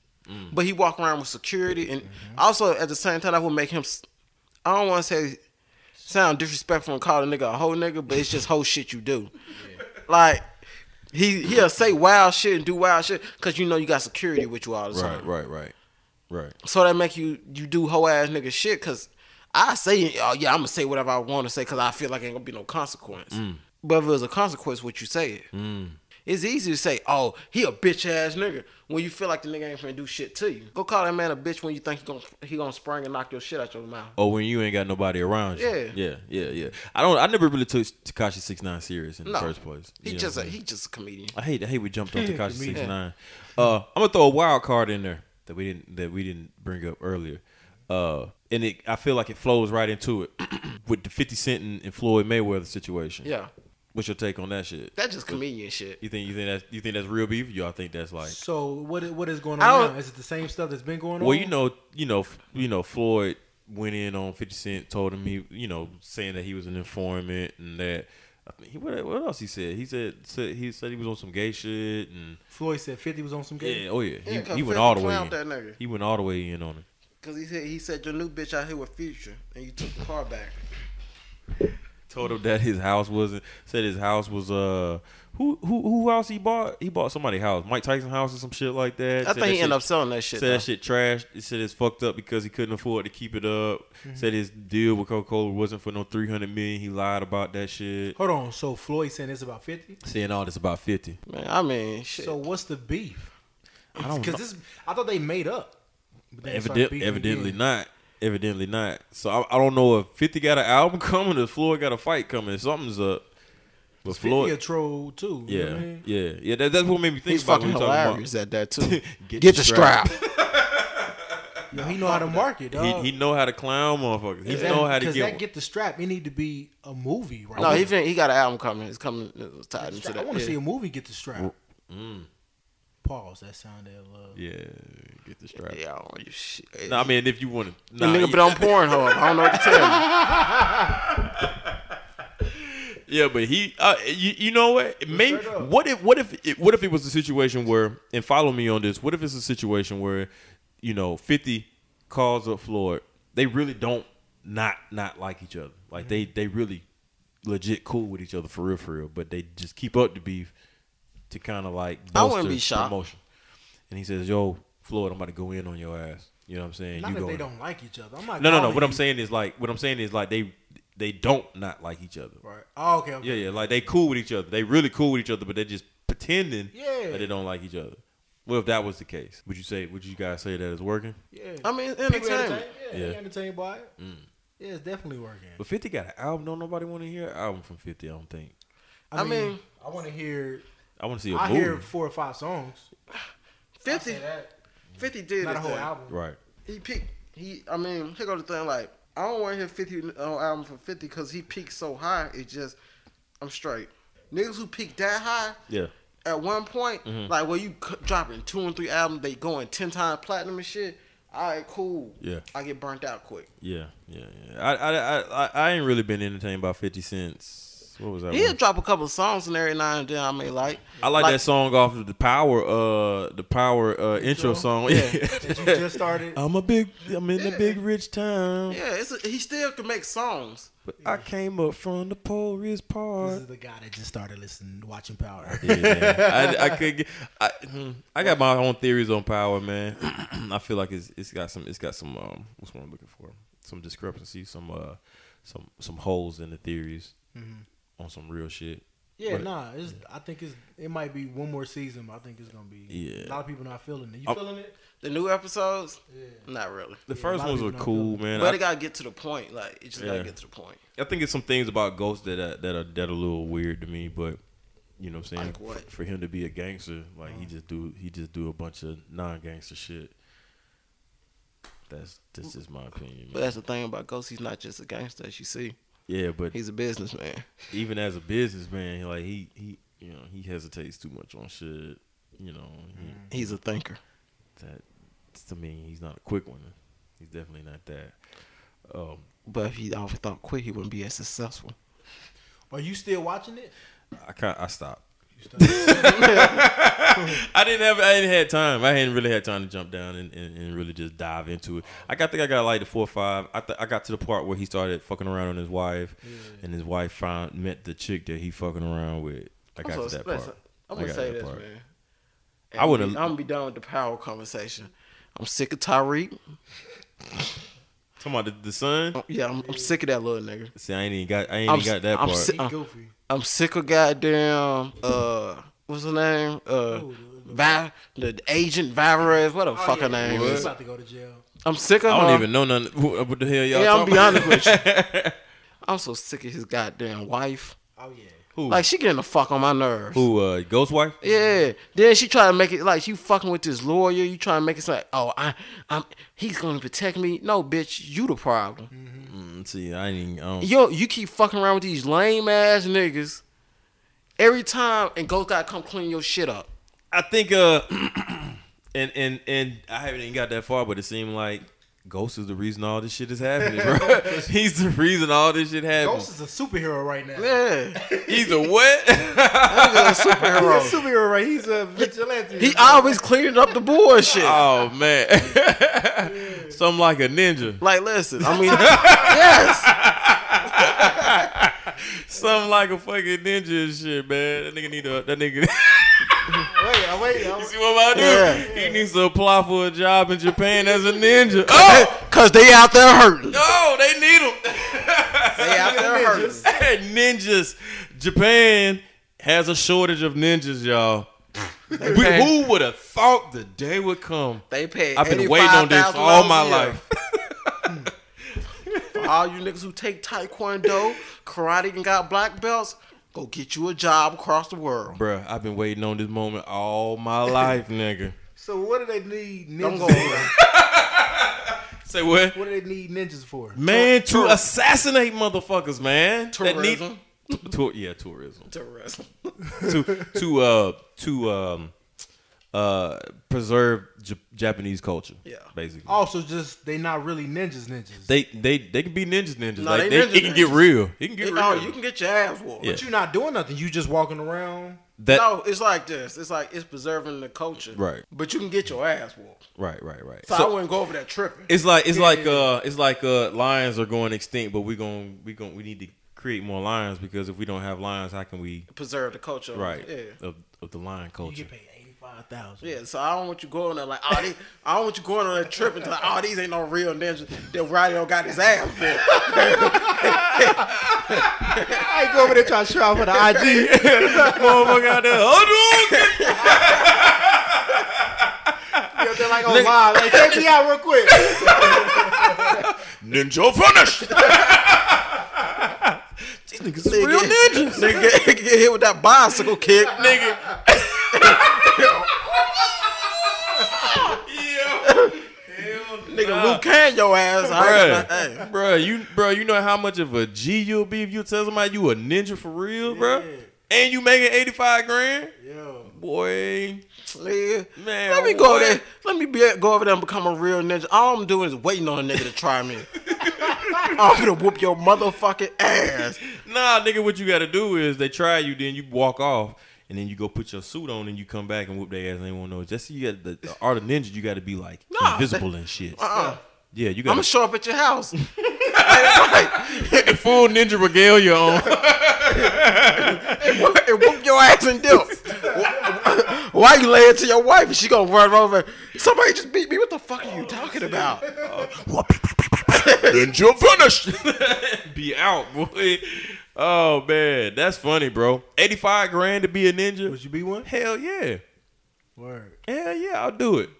Speaker 3: but he walk around with security, and also at the same time, that would make him. s- I don't want to say sound disrespectful and call a nigga a hoe nigga, but it's just whole shit you do. Like he he'll say wild shit and do wild shit because you know you got security with you all the
Speaker 1: Right.
Speaker 3: time.
Speaker 1: Right. Right. Right.
Speaker 3: So that make you you do whole ass nigga shit because I say oh yeah I'm gonna say whatever I want to say because I feel like ain't gonna be no consequence.
Speaker 1: Mm.
Speaker 3: But if it was a consequence, what you say it. It's easy to say, oh, he a bitch ass nigga when you feel like the nigga ain't finna do shit to you. Go call that man a bitch when you think he gonna he gonna spring and knock your shit out your mouth.
Speaker 1: Oh, when you ain't got nobody around you.
Speaker 3: Yeah.
Speaker 1: yeah, yeah, yeah. I don't. I never really took Takashi Six Nine serious in the
Speaker 3: No.
Speaker 1: first place.
Speaker 3: He
Speaker 1: You know
Speaker 3: just
Speaker 1: what
Speaker 3: a,
Speaker 1: I mean?
Speaker 3: he just a comedian.
Speaker 1: I hate. I hate we jumped on Takashi
Speaker 4: Yeah.
Speaker 1: Six Nine. Uh, I'm gonna throw a wild card in there that we didn't that we didn't bring up earlier. Uh, and it I feel like it flows right into it (clears throat) with the 50 Cent and, and Floyd Mayweather situation.
Speaker 3: Yeah,
Speaker 1: What's your take on that shit?
Speaker 3: that just comedian shit.
Speaker 1: You think you think that's you think that's real beef? Y'all think that's like
Speaker 4: So what i- what is going
Speaker 3: I
Speaker 4: on
Speaker 3: don't-
Speaker 4: now? Is it the same stuff that's been going on?
Speaker 1: Well, you know, you know, f- you know, Floyd went in on Fifty Cent, told him he, you know, saying that he was an informant and that. I think he, what, what else he said? He said, said he said he was on some gay shit and
Speaker 4: Floyd said Fifty was on some game.
Speaker 1: yeah, oh yeah, he,
Speaker 3: Yeah, 'cause
Speaker 1: he went
Speaker 3: 50
Speaker 1: all the way
Speaker 3: clowned
Speaker 1: in.
Speaker 3: that nigga.
Speaker 1: He went all the way in on him.
Speaker 3: Cause he said he said your new bitch out here with future and you took the car back.
Speaker 1: Told
Speaker 3: Mm.
Speaker 1: him that his house wasn't. Said his house was uh who who who else he bought? He bought somebody's house, Mike Tyson house or some shit like that. Said
Speaker 3: I
Speaker 1: that
Speaker 3: think he
Speaker 1: shit-
Speaker 3: ended up selling that shit.
Speaker 1: Said
Speaker 3: though.
Speaker 1: that shit trash. He said it's fucked up because he couldn't afford to keep it up. Said his deal with Coca Cola wasn't for no three hundred million. He lied about that shit.
Speaker 4: Hold on. So Floyd saying it's about Fifty.
Speaker 1: Saying all this about fifty.
Speaker 3: Man, I mean, shit.
Speaker 4: So what's the beef?
Speaker 1: I don't know.
Speaker 4: Because this, I thought they made up. But then it started
Speaker 1: Eviden-
Speaker 4: beefing
Speaker 1: evidently
Speaker 4: again.
Speaker 1: not. Evidently not. So I, I don't know if fifty got an album (laughs) coming or Floyd got a fight coming. Something's up. But
Speaker 4: 50
Speaker 1: Floyd,
Speaker 4: a troll too. you know what
Speaker 1: yeah,
Speaker 4: I mean?
Speaker 1: yeah, yeah. That, that's what made me think
Speaker 3: He's
Speaker 1: about when
Speaker 3: fucking
Speaker 1: we talking about.
Speaker 3: hilarious at
Speaker 1: (laughs)
Speaker 3: that too.
Speaker 1: Get
Speaker 3: Get,
Speaker 1: the
Speaker 3: the strap.
Speaker 4: Yo, he know how to market. Dog.
Speaker 1: He, he know how to clown motherfuckers. He know how to
Speaker 4: Because
Speaker 1: get.
Speaker 4: that
Speaker 1: one.
Speaker 4: get the strap. It need to be a movie, right?
Speaker 3: no, he fin- he got an album coming. It's coming it's tied into that.
Speaker 4: I want to
Speaker 3: yeah.
Speaker 4: see a movie get the strap. Pause. That uh, sounded a
Speaker 1: Mm.
Speaker 4: little.
Speaker 1: yeah, get the strap.
Speaker 3: Yeah, I don't want you shit.
Speaker 1: No, I mean if you want to.
Speaker 3: the nigga been on Pornhub. I don't know what to tell you.
Speaker 1: (laughs) Yeah, but he, uh, you, you know what? Maybe what if what if it, what if it was a situation where and follow me on this? What if it's a situation where, you know, Fifty calls up Floyd. They really don't not not like each other. Like
Speaker 4: Mm-hmm.
Speaker 1: they they really legit cool with each other for real for real. But they just keep up the beef to kind of like
Speaker 3: I
Speaker 1: bolster
Speaker 3: wouldn't be shocked.
Speaker 1: promotion. And he says, "Yo, Floyd, I'm about to go in on your ass." You know what I'm saying?
Speaker 4: Not
Speaker 1: you
Speaker 4: that
Speaker 1: go
Speaker 4: they
Speaker 1: in.
Speaker 4: don't like each other. I'm not.
Speaker 1: No, no, no.
Speaker 4: calling
Speaker 1: What I'm
Speaker 4: you-
Speaker 1: saying is like what I'm saying is like they they don't not like each other.
Speaker 4: Right. Oh, okay. okay.
Speaker 1: Yeah, yeah. Like they cool with each other. They really cool with each other, but they just pretending
Speaker 4: Yeah.
Speaker 1: that they don't like each other. Well, if that was the case, would you say? Would you guys say that is working?
Speaker 4: Yeah.
Speaker 3: I mean, it's
Speaker 4: People
Speaker 3: entertainment.
Speaker 4: entertained- Yeah.
Speaker 1: Yeah.
Speaker 4: they Entertained by it.
Speaker 3: Mm.
Speaker 4: Yeah, it's definitely working.
Speaker 1: But Fifty got an album. Don't nobody want to hear an album from Fifty. I don't think.
Speaker 4: I,
Speaker 3: I
Speaker 4: mean,
Speaker 3: mean-
Speaker 4: I want to hear.
Speaker 1: I want to see a
Speaker 4: I
Speaker 1: movie.
Speaker 4: hear four or five songs.
Speaker 3: 50, 50 did
Speaker 4: Not a
Speaker 3: his
Speaker 4: whole
Speaker 3: thing.
Speaker 4: album.
Speaker 1: Right.
Speaker 3: He peaked. He, I mean, here go the thing. Like, I don't want to hear 50 on album for 50 because he peaked so high. It's just, I'm straight. Niggas who peaked that high
Speaker 1: Yeah. Mm-hmm.
Speaker 3: at one point, like where you c- dropping two and three albums, they going 10 times platinum and shit. All right, cool.
Speaker 1: Yeah.
Speaker 3: I get burnt out quick.
Speaker 1: Yeah. Yeah. Yeah. I I I I, I ain't really been entertained by Fifty since what was that?
Speaker 3: He'll
Speaker 1: one?
Speaker 3: drop a couple of songs and every now and then I may like.
Speaker 1: I like, that song off of the power uh the power uh intro song. (laughs)
Speaker 3: Yeah.
Speaker 4: That you just started.
Speaker 1: I'm a big I'm in a
Speaker 3: Yeah.
Speaker 1: big rich town.
Speaker 3: Yeah, it's a, he still can make songs.
Speaker 1: But I came up from the poorest
Speaker 4: This
Speaker 1: part.
Speaker 4: is the guy that just started listening, watching Power.
Speaker 1: Yeah, I, I could get, I, hmm, I got my own theories on power, man. (clears throat) I feel like it's it's got some it's got some um what's what I'm looking for some discrepancies some uh some some holes in the theories on some real shit.
Speaker 4: (laughs) Mm-hmm. Yeah,
Speaker 1: But-
Speaker 4: nah. It's, I think it's it might be one more season. but I think it's gonna be.
Speaker 1: Yeah. Oh.
Speaker 4: A lot of people not feeling it. You
Speaker 1: I'm-
Speaker 4: feeling it?
Speaker 3: The new episodes,
Speaker 4: Yeah.
Speaker 3: not really.
Speaker 1: The
Speaker 4: Yeah, a
Speaker 1: first
Speaker 4: lot of
Speaker 1: ones
Speaker 4: people
Speaker 1: were
Speaker 4: don't
Speaker 1: cool,
Speaker 4: feel
Speaker 1: man.
Speaker 3: But
Speaker 1: I,
Speaker 3: it gotta get to the point. Like, it just
Speaker 1: Yeah.
Speaker 3: gotta get to the point.
Speaker 1: I think it's some things about Ghost that uh, that are that are a little weird to me, but you know what I'm saying.
Speaker 3: Like what?
Speaker 1: For, for him to be a gangster, like
Speaker 4: Mm.
Speaker 1: he just do he just do a bunch of non-gangster shit. That's that's just my opinion.
Speaker 3: But
Speaker 1: Man.
Speaker 3: that's the thing about Ghost, he's not just a gangster as you see.
Speaker 1: Yeah, but
Speaker 3: He's a businessman.
Speaker 1: even as a businessman, like he he you know he hesitates too much on shit. You know he,
Speaker 3: He's a thinker.
Speaker 1: that to me he's not a quick one. He's definitely not that. Um,
Speaker 3: But if he always thought quick, he wouldn't be as successful.
Speaker 4: Are you still watching it?
Speaker 1: I kind I stopped.
Speaker 4: You still-
Speaker 1: (laughs) I didn't have I didn't had time. I hadn't really had time to jump down and, and, and really just dive into it. I got think I got like the four or five. I th- I got to the part where he started fucking around on his wife, and his wife found met the chick that he fucking around with. I got to that part.
Speaker 3: I'm
Speaker 1: I
Speaker 3: gonna
Speaker 1: got
Speaker 3: say
Speaker 1: that
Speaker 3: this,
Speaker 1: part.
Speaker 3: man.
Speaker 1: I would've-
Speaker 3: I'm gonna be done with the power conversation. I'm sick of Tyreek. Oh,
Speaker 1: Talking about the, the son.
Speaker 3: Yeah, I'm, I'm sick of that little nigga.
Speaker 1: See, I ain't even got I ain't
Speaker 3: I'm
Speaker 1: even got
Speaker 3: s-
Speaker 1: that
Speaker 3: I'm
Speaker 1: part.
Speaker 4: he
Speaker 3: Uh,
Speaker 4: goofy.
Speaker 3: I'm sick of goddamn uh what's her name? Uh
Speaker 4: Ooh,
Speaker 3: Vi- the agent Vivarez, what the fuck her name
Speaker 4: He's
Speaker 3: is.
Speaker 4: about to go to jail.
Speaker 3: I'm sick of
Speaker 1: I don't
Speaker 3: her.
Speaker 1: even know nothing. uh, What, what the hell y'all?
Speaker 3: yeah, I'm
Speaker 1: talking
Speaker 3: be
Speaker 1: about?
Speaker 3: honest with you.
Speaker 1: (laughs)
Speaker 3: I'm so sick of his goddamn wife.
Speaker 4: Oh yeah.
Speaker 1: Who?
Speaker 3: Like she getting the fuck on my nerves.
Speaker 1: who? Uh, Ghost wife?
Speaker 3: Yeah. Then she try to make it like you fucking with this lawyer. You try to make it sound like, oh, I, I'm, he's gonna protect me. No, bitch, you the problem.
Speaker 1: Mm, see, I ain't. Even, I don't,
Speaker 3: Yo, you keep fucking around with these lame ass niggas every time, and Ghost gotta come clean your shit up.
Speaker 1: I think uh (clears throat) and and and I haven't even got that far, but it seemed like Ghost is the reason all this shit is happening, bro. (laughs) He's the reason all this shit
Speaker 4: Ghost
Speaker 1: happens.
Speaker 4: is a superhero right now.
Speaker 3: Yeah,
Speaker 1: He's
Speaker 3: (laughs)
Speaker 1: a what?
Speaker 3: Nigga, a
Speaker 4: He's a
Speaker 3: superhero.
Speaker 4: superhero right. He's a
Speaker 3: (laughs)
Speaker 4: vigilante.
Speaker 3: He always cleaning up the bullshit.
Speaker 1: (laughs) oh man. (laughs) Something like a ninja.
Speaker 3: Like, listen, I mean, (laughs) yes,
Speaker 1: Something like a fucking ninja and shit, man. That nigga need to that nigga (laughs)
Speaker 4: wait, I wait.
Speaker 1: You
Speaker 4: I,
Speaker 1: see what I'm about to do?
Speaker 3: Yeah.
Speaker 1: He needs to apply for a job in Japan as a ninja. Oh
Speaker 3: cause they out there hurting.
Speaker 1: no, they need him.
Speaker 3: (laughs) They out there hurting.
Speaker 4: Ninjas.
Speaker 1: (laughs) ninjas. Japan has a shortage of ninjas, y'all. We-
Speaker 3: pay-
Speaker 1: who would have thought the day would come?
Speaker 3: They paid.
Speaker 1: I've been waiting on this
Speaker 3: $85,000
Speaker 1: all my
Speaker 3: a year.
Speaker 1: life.
Speaker 3: For all you niggas who take taekwondo, karate, and got black belts, go get you a job across the world.
Speaker 1: Bruh, I've been waiting on this moment all my life, nigga.
Speaker 4: so what do they need
Speaker 3: Don't go.
Speaker 4: ninjas? For?
Speaker 1: Say what?
Speaker 4: What do they need ninjas for?
Speaker 1: Man, to
Speaker 3: Tour-
Speaker 1: assassinate motherfuckers, man. That need-
Speaker 3: Tourism.
Speaker 1: (laughs) Tour- yeah, tourism.
Speaker 3: Terrorism.
Speaker 1: to to uh to um uh preserve J- Japanese culture.
Speaker 3: Yeah. Oh.
Speaker 1: basically.
Speaker 4: Also, just they not really ninjas. Ninjas.
Speaker 1: They they they can be ninjas, ninjas.
Speaker 3: No,
Speaker 1: like
Speaker 3: they
Speaker 1: they,
Speaker 3: ninjas,
Speaker 1: it can get
Speaker 3: ninjas.
Speaker 1: real. It can get real.
Speaker 3: Oh, you can get your ass whooped.
Speaker 1: Yeah.
Speaker 4: but you not doing nothing. You just walking around.
Speaker 1: that
Speaker 3: No, it's like this. It's like it's preserving the culture.
Speaker 1: Right.
Speaker 3: But you can get your ass whooped.
Speaker 1: Right, right, right.
Speaker 3: So,
Speaker 1: So
Speaker 3: I wouldn't go over that tripping.
Speaker 1: it's like it's like uh it's like uh lions are going extinct, but we going we going we need to create more lions because if we don't have lions, how can we
Speaker 3: preserve the culture.
Speaker 1: right
Speaker 3: Yeah.
Speaker 1: of, of the lion
Speaker 4: You
Speaker 1: culture?
Speaker 4: get paid eighty five thousand.
Speaker 3: Yeah, so I don't want you going there like, oh, these, (laughs) I don't want you going on a trip and like, oh, these ain't no real ninjas that Roddy got his ass for.
Speaker 4: I ain't go over there trying to show out for (laughs) the IG.
Speaker 1: (laughs) Motherfucker out there, "Oh, no, get-"
Speaker 4: They're like, oh wow, like check (laughs) me out real quick.
Speaker 1: ninja (laughs) finished. (laughs) These niggas is real ninjas.
Speaker 3: (laughs) Nigga get, get hit with that
Speaker 1: (laughs)
Speaker 3: bicycle kick.
Speaker 1: nigga.
Speaker 3: Nigga, Luke can your ass. I, hey.
Speaker 1: Bruh, bruh, you bruh, you know how much of a G you'll be if you tell somebody you a ninja for real, bruh? And you making eighty five grand,
Speaker 4: Yo,
Speaker 1: boy.
Speaker 3: Nigga,
Speaker 1: Man,
Speaker 3: let me go
Speaker 1: what?
Speaker 3: there. Let me be, go over there and become a real ninja. All I'm doing is waiting on a nigga to
Speaker 1: (laughs)
Speaker 3: try me. I'm gonna whoop your motherfucking ass.
Speaker 1: Nah, nigga, what you gotta do is they try you, then you walk off, and then you go put your suit on, and you come back and whoop their ass. And they won't know. Just so you got the, the art of ninja, you got to be like
Speaker 3: Nah,
Speaker 1: invisible and shit.
Speaker 3: Uh-uh.
Speaker 1: Yeah, you
Speaker 3: I'm
Speaker 1: got
Speaker 3: gonna
Speaker 1: to
Speaker 3: show up at your house. (laughs) Like,
Speaker 1: full ninja regalia on.
Speaker 3: and whoop your ass and dip. Why you lay it to your wife and she gonna run over? Somebody just beat me. What the fuck are you talking about?
Speaker 1: Uh, Ninja finished. (laughs) be out, boy. Oh man, that's funny, bro. Eighty-five grand to be a ninja.
Speaker 4: would you be one?
Speaker 1: Hell yeah,
Speaker 4: Word.
Speaker 1: hell yeah, I'll do it.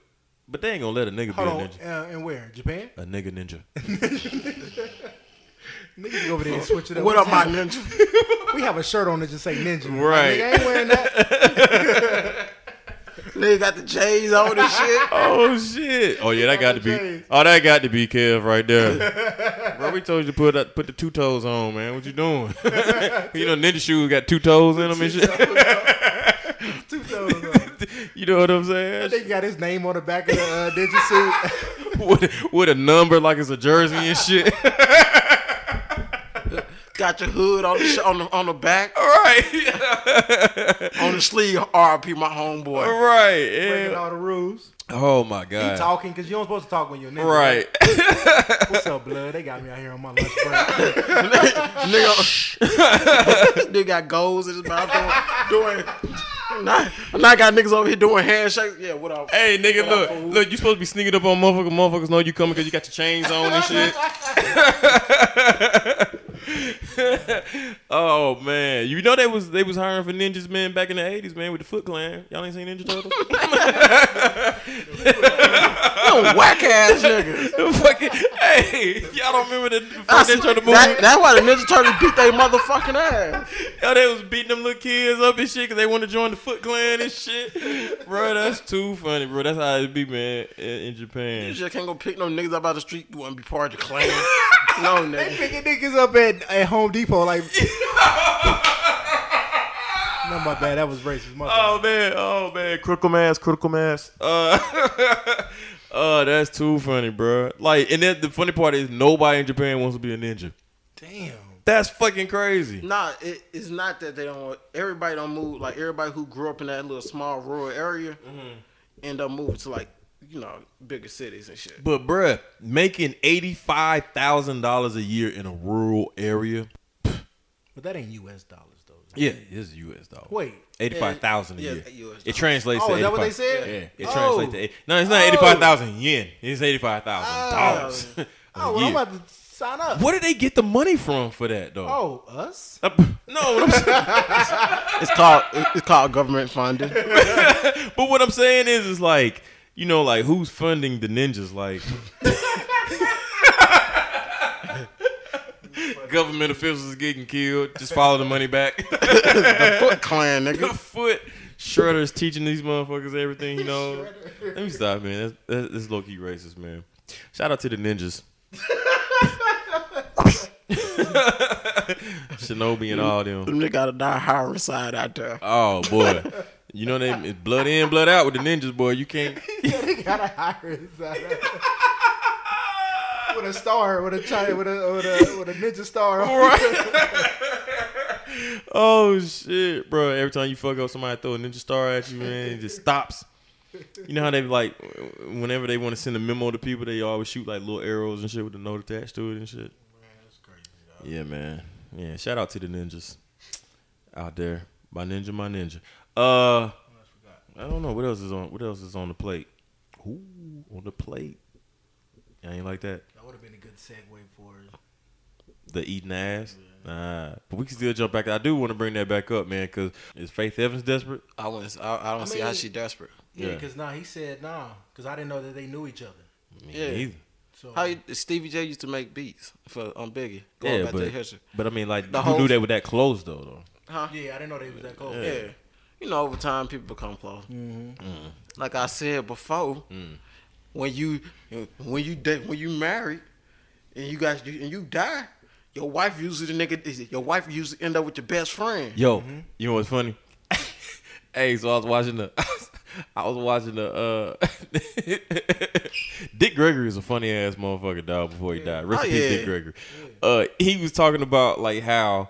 Speaker 1: But they ain't gonna let a nigga
Speaker 4: Hold
Speaker 1: be
Speaker 4: on,
Speaker 1: a ninja.
Speaker 4: uh, and where? Japan?
Speaker 1: A nigga ninja. (laughs)
Speaker 4: Niggas go over there and switch it up.
Speaker 3: What up, my ninja?
Speaker 4: We have a shirt on that just say ninja.
Speaker 1: Right.
Speaker 4: Nigga, I ain't
Speaker 1: (laughs)
Speaker 4: wearing that.
Speaker 3: Nigga got the J's on and shit.
Speaker 1: Oh shit! Oh yeah, that got to be. Oh, that got to be Kev right there.
Speaker 4: (laughs)
Speaker 1: Bro, we told you to put that, put the two toes on, man. What you doing? you know, ninja shoes got two toes in them and shit. (laughs)
Speaker 4: Two toes on.
Speaker 1: you know what I'm saying?
Speaker 4: They got his name on the back of the uh, ninja suit.
Speaker 1: with, with a number like it's a jersey and
Speaker 4: (laughs)
Speaker 1: shit. (laughs)
Speaker 3: Got your hood on the sh- on the on the back
Speaker 1: All (laughs) right,
Speaker 3: on the sleeve. R.P. My homeboy.
Speaker 1: all right. (laughs)
Speaker 4: Breaking
Speaker 1: Yeah.
Speaker 4: all the rules.
Speaker 1: Oh my
Speaker 4: He
Speaker 1: god!
Speaker 4: talking because you don't supposed to talk when you're a ninja.
Speaker 1: Right.
Speaker 4: What's up, blood? They got me out here on my
Speaker 1: (laughs)
Speaker 4: lunch break.
Speaker 3: Nigga, (laughs) nigga got goals in his mouth doing. doing now, now I got niggas over here doing handshakes. Yeah, what up?
Speaker 1: Hey, nigga, look, look, you supposed to be sneaking up on motherfuckers. Motherfuckers know you coming because you got your chains on and shit. (laughs) oh man, you know they was they was hiring for ninjas, man, back in the eighties, man, with the Foot Clan. Y'all ain't seen Ninja
Speaker 4: (laughs)
Speaker 1: Turtles?
Speaker 3: You whack ass nigga.
Speaker 1: The fucking, hey, y'all don't remember the
Speaker 3: That's,
Speaker 1: fucking Ninja Turtle movie?
Speaker 3: that, that's why the Ninja Turtles beat their motherfucking ass.
Speaker 1: Yo, they was beating them little kids up and shit because they want to join the Foot Clan and shit. bro, that's too funny, bro. That's how it be, man, in, in
Speaker 3: You
Speaker 1: Japan.
Speaker 3: just can't go pick no niggas up out the street. You want to be part of the (laughs) clan? No, nigga.
Speaker 4: Picking niggas up at, at Home Depot (laughs) like. no, my bad. That was racist. My bad.
Speaker 1: Oh man, oh man, critical mass, critical mass. Uh, (laughs) uh, that's too funny, bro. Like, and then the funny part is nobody in Japan wants to be a ninja.
Speaker 4: Damn.
Speaker 1: That's fucking crazy.
Speaker 3: Nah, it, it's not that they don't. Everybody don't move. Like everybody who grew up in that little small rural area, end up moving to like you know bigger cities and shit.
Speaker 1: But bruh, making eighty five thousand dollars a year in a rural area.
Speaker 4: But that ain't U.S. dollars, though.
Speaker 1: Yeah, this is U.S. dollars.
Speaker 4: Wait.
Speaker 1: Eighty five thousand a
Speaker 3: Yeah,
Speaker 1: year.
Speaker 3: US
Speaker 1: It translates
Speaker 4: Oh,
Speaker 1: to
Speaker 4: is that what
Speaker 1: 85
Speaker 4: they said?
Speaker 1: Yeah. It
Speaker 4: Oh.
Speaker 1: translates to eight. No, it's not eighty five thousand yen. It's eighty five thousand dollars. (laughs)
Speaker 4: Oh, well, I'm about to sign up.
Speaker 1: Where did they get the money from for that though?
Speaker 4: Oh, us? (laughs)
Speaker 1: Uh, p- (laughs) no, what I'm saying,
Speaker 3: It's called it's called government (laughs) funding.
Speaker 1: but what I'm saying is, is like you know, like who's funding the ninjas? Like government officials is getting killed. Just follow the money back. (laughs)
Speaker 3: Foot Clan,
Speaker 1: the
Speaker 3: nigga.
Speaker 1: foot Shredder's teaching these motherfuckers everything. You know. Let me stop, man. That's, that's, that's low key racist, man. Shout out to the ninjas. (laughs) Shinobi and all them.
Speaker 3: Them nigga gotta die hiring side out there.
Speaker 1: Oh boy. You know they it's blood in, blood out with the ninjas, boy. You can't
Speaker 4: they gotta hire us. (laughs) with a star, with a China, with a with a, with a ninja star.
Speaker 1: Oh shit, bro. Every time you fuck up somebody throw a ninja star at you, man, it just stops. You know how they be like whenever they want to send a memo to people, they always shoot like little arrows and shit with a note attached to it and shit. Yeah, man. Yeah, shout out to the ninjas out there. My ninja, my ninja. Uh, I don't know what else is on. What else is on the plate? Ooh, on the plate. I ain't like that.
Speaker 4: That would have been a good segue for
Speaker 1: The eating ass. Nah, but we can still jump back. I do want to bring that back up, man, because is Faith Evans desperate?
Speaker 3: I wouldn't. I, I don't see how
Speaker 4: mean-
Speaker 3: she desperate.
Speaker 4: Yeah,
Speaker 1: Yeah.
Speaker 4: because nah, he said nah, because I didn't know that they knew each other.
Speaker 1: Me
Speaker 3: Yeah.
Speaker 1: neither.
Speaker 4: So
Speaker 3: How you, Stevie J used to make beats for on Biggie. Going
Speaker 1: Yeah,
Speaker 3: back to the
Speaker 1: but,
Speaker 3: history.
Speaker 1: but I mean, like,
Speaker 3: The
Speaker 1: who
Speaker 3: whole-
Speaker 1: knew they were that close though? Though
Speaker 3: Huh?
Speaker 4: yeah, I didn't know they was that close.
Speaker 3: Yeah. You know, over time, people become close.
Speaker 1: Mm-hmm.
Speaker 3: Like I said before,
Speaker 1: Mm.
Speaker 3: when you when you da- when you married and you guys and you die, your wife usually the nigga is your wife usually end up with your best friend.
Speaker 1: Yo, you know what's funny? (laughs) hey, so I was watching the, (laughs) I was watching the, uh, (laughs) Dick Gregory is a funny ass motherfucker, dog. Before he died, rest
Speaker 3: Oh,
Speaker 1: in peace,
Speaker 3: yeah.
Speaker 1: Dick Gregory. Uh, he was talking about like how,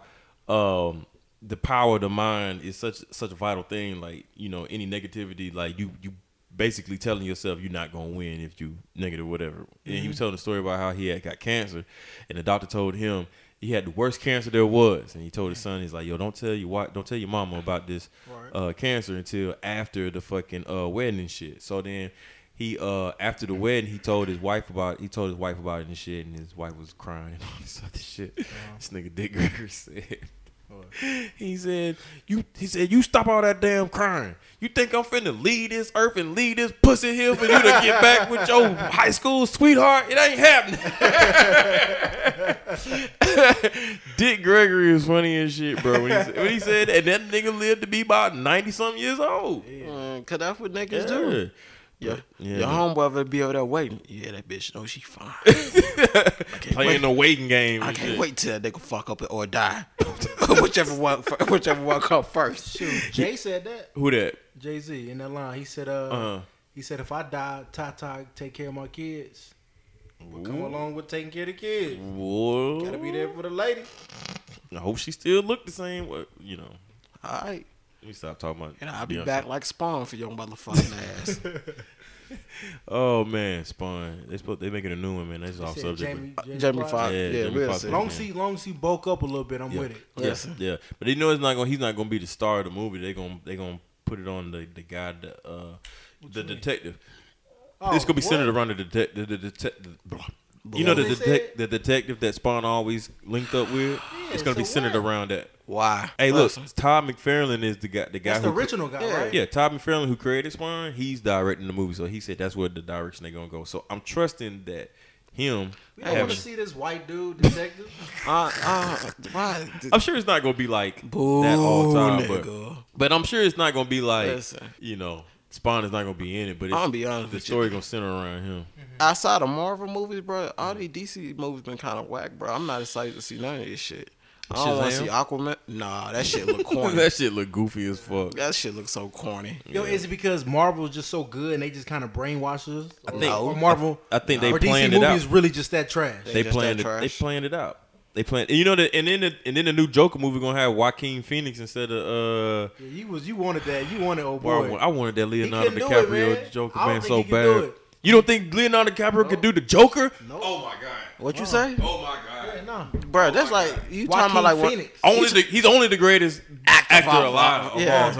Speaker 1: um, the power of the mind is such such a vital thing. Like you know, any negativity, like you you basically telling yourself you're not gonna win if you negative whatever. And
Speaker 3: Mm-hmm.
Speaker 1: he was telling a story about how he had got cancer, and the doctor told him. He had the worst cancer there was, and he told his son, "He's like, yo, don't tell you why, don't tell your mama about this
Speaker 4: Right.
Speaker 1: uh, cancer until after the fucking uh, wedding and shit." So then, he uh, after the wedding, he told his wife about he told his wife about it and shit, and his wife was crying (laughs) and all this other shit. This nigga Dick Gregory said, he said, "You." He said, "You stop all that damn crying. You think I'm finna leave this earth and leave this pussy here for you to get back with your high school sweetheart? It ain't happening." (laughs) Dick Gregory is funny as shit, bro. When he, said, when he said, and that nigga lived to be about ninety something years old.
Speaker 3: Mm, Cause that's what niggas do.
Speaker 1: Yeah.
Speaker 3: Your,
Speaker 1: Yeah,
Speaker 3: your
Speaker 1: but-
Speaker 3: homeboy would be over there waiting. Yeah, that bitch know
Speaker 1: (laughs)
Speaker 3: she fine.
Speaker 1: Playing the waiting game.
Speaker 3: I
Speaker 1: and
Speaker 3: can't
Speaker 1: shit.
Speaker 3: wait till that nigga fuck up or die. (laughs) whichever one, (laughs) whichever one come first.
Speaker 4: Shoot, Jay said that.
Speaker 1: Who that?
Speaker 4: Jay Z in that line, he said, uh,
Speaker 1: Uh-huh.
Speaker 4: he said, if I die, Tata take care of my kids. But come along with taking care of the kids.
Speaker 1: Whoa.
Speaker 4: Gotta be there for the lady.
Speaker 1: I hope she still look the same. What you know?
Speaker 3: All right.
Speaker 1: Let me stop talking about.
Speaker 3: And I'll be
Speaker 1: Beyonce.
Speaker 3: back like Spawn for your motherfucking
Speaker 1: (laughs)
Speaker 3: ass.
Speaker 1: Oh man, Spawn. They supposed they making a new one, man. That's off
Speaker 4: Said
Speaker 1: subject. but-
Speaker 4: Jamie,
Speaker 3: Jamie
Speaker 4: Foxx.
Speaker 3: Foxx.
Speaker 1: Yeah,
Speaker 3: Yeah,
Speaker 1: Jamie
Speaker 3: we'll
Speaker 1: Foxx
Speaker 3: see.
Speaker 1: is
Speaker 4: Long
Speaker 1: man.
Speaker 4: as he, long as he bulk up a little bit, I'm with it.
Speaker 1: Yeah,
Speaker 3: Yes.
Speaker 1: yeah. But they know it's not going. He's not going to be the star of the movie. They going. They going to put it on the the guy, the uh, the detective. it's
Speaker 4: Oh,
Speaker 1: going to be centered
Speaker 4: what?
Speaker 1: around the detective. The, the, detec- the- blah. you know the
Speaker 4: They
Speaker 1: detec-
Speaker 4: said-
Speaker 1: the detective that Spawn always linked up with. it's going to be
Speaker 4: so
Speaker 1: centered
Speaker 4: what?
Speaker 1: around that.
Speaker 3: Why?
Speaker 1: Hey, look,
Speaker 3: Listen,
Speaker 1: Todd McFarlane is the guy. The guy
Speaker 4: That's
Speaker 1: who
Speaker 4: the original guy,
Speaker 3: Yeah.
Speaker 4: right?
Speaker 1: yeah, Todd McFarlane, who created Spawn, he's directing the movie, so he said that's where the direction they're gonna go. So I'm trusting that him.
Speaker 4: We don't want
Speaker 1: Having,
Speaker 4: to see this
Speaker 3: (laughs)
Speaker 4: white dude detective.
Speaker 3: Uh, uh, why? d-
Speaker 1: I'm sure it's not gonna be like
Speaker 3: Boo,
Speaker 1: that all time, but,
Speaker 3: nigga.
Speaker 1: but I'm sure it's not gonna be like
Speaker 3: Listen.
Speaker 1: you know Spawn is not gonna be in it. But it's,
Speaker 3: I'll be honest
Speaker 1: the
Speaker 3: with
Speaker 1: story gonna center around
Speaker 3: (laughs)
Speaker 1: him.
Speaker 3: Outside of Marvel movies, bro, all these DC movies been kind of whack, bro. I'm not excited to see none of this shit. I don't want
Speaker 1: Shazam?
Speaker 3: to see Aquaman. Nah, that
Speaker 1: (laughs)
Speaker 3: shit look corny.
Speaker 1: that shit look goofy as fuck.
Speaker 3: that shit look so corny.
Speaker 4: Yo, is it because Marvel's just so good and they just kind of brainwash us? I
Speaker 1: think-
Speaker 4: or Marvel.
Speaker 1: I think they
Speaker 4: or
Speaker 1: planned
Speaker 4: DC
Speaker 1: it out.
Speaker 4: movies really just that trash.
Speaker 1: They
Speaker 3: just
Speaker 1: planned it.
Speaker 3: that
Speaker 1: They
Speaker 3: trash.
Speaker 1: planned it out. They planned. And you know that. And then the and then the new Joker movie gonna have Joaquin Phoenix instead of uh.
Speaker 4: Yeah, you was you wanted that. You wanted old
Speaker 1: Boy, I
Speaker 4: boy.
Speaker 1: want, I wanted that Leonardo
Speaker 4: couldn't do it,
Speaker 1: DiCaprio
Speaker 4: man.
Speaker 1: Joker
Speaker 4: I don't
Speaker 1: man
Speaker 4: think
Speaker 1: so
Speaker 4: he could do
Speaker 1: bad.
Speaker 4: it.
Speaker 1: You don't think Leonardo DiCaprio could do the Joker?
Speaker 4: Nope.
Speaker 1: Oh my god!
Speaker 3: What you say,
Speaker 1: Oh my god!
Speaker 4: no.
Speaker 3: bro? That's like you talking
Speaker 4: Joaquin
Speaker 3: about like what?
Speaker 4: Phoenix.
Speaker 1: Only he's, the, he's only the greatest actor,
Speaker 3: of all-
Speaker 1: alive of
Speaker 3: yeah.
Speaker 1: all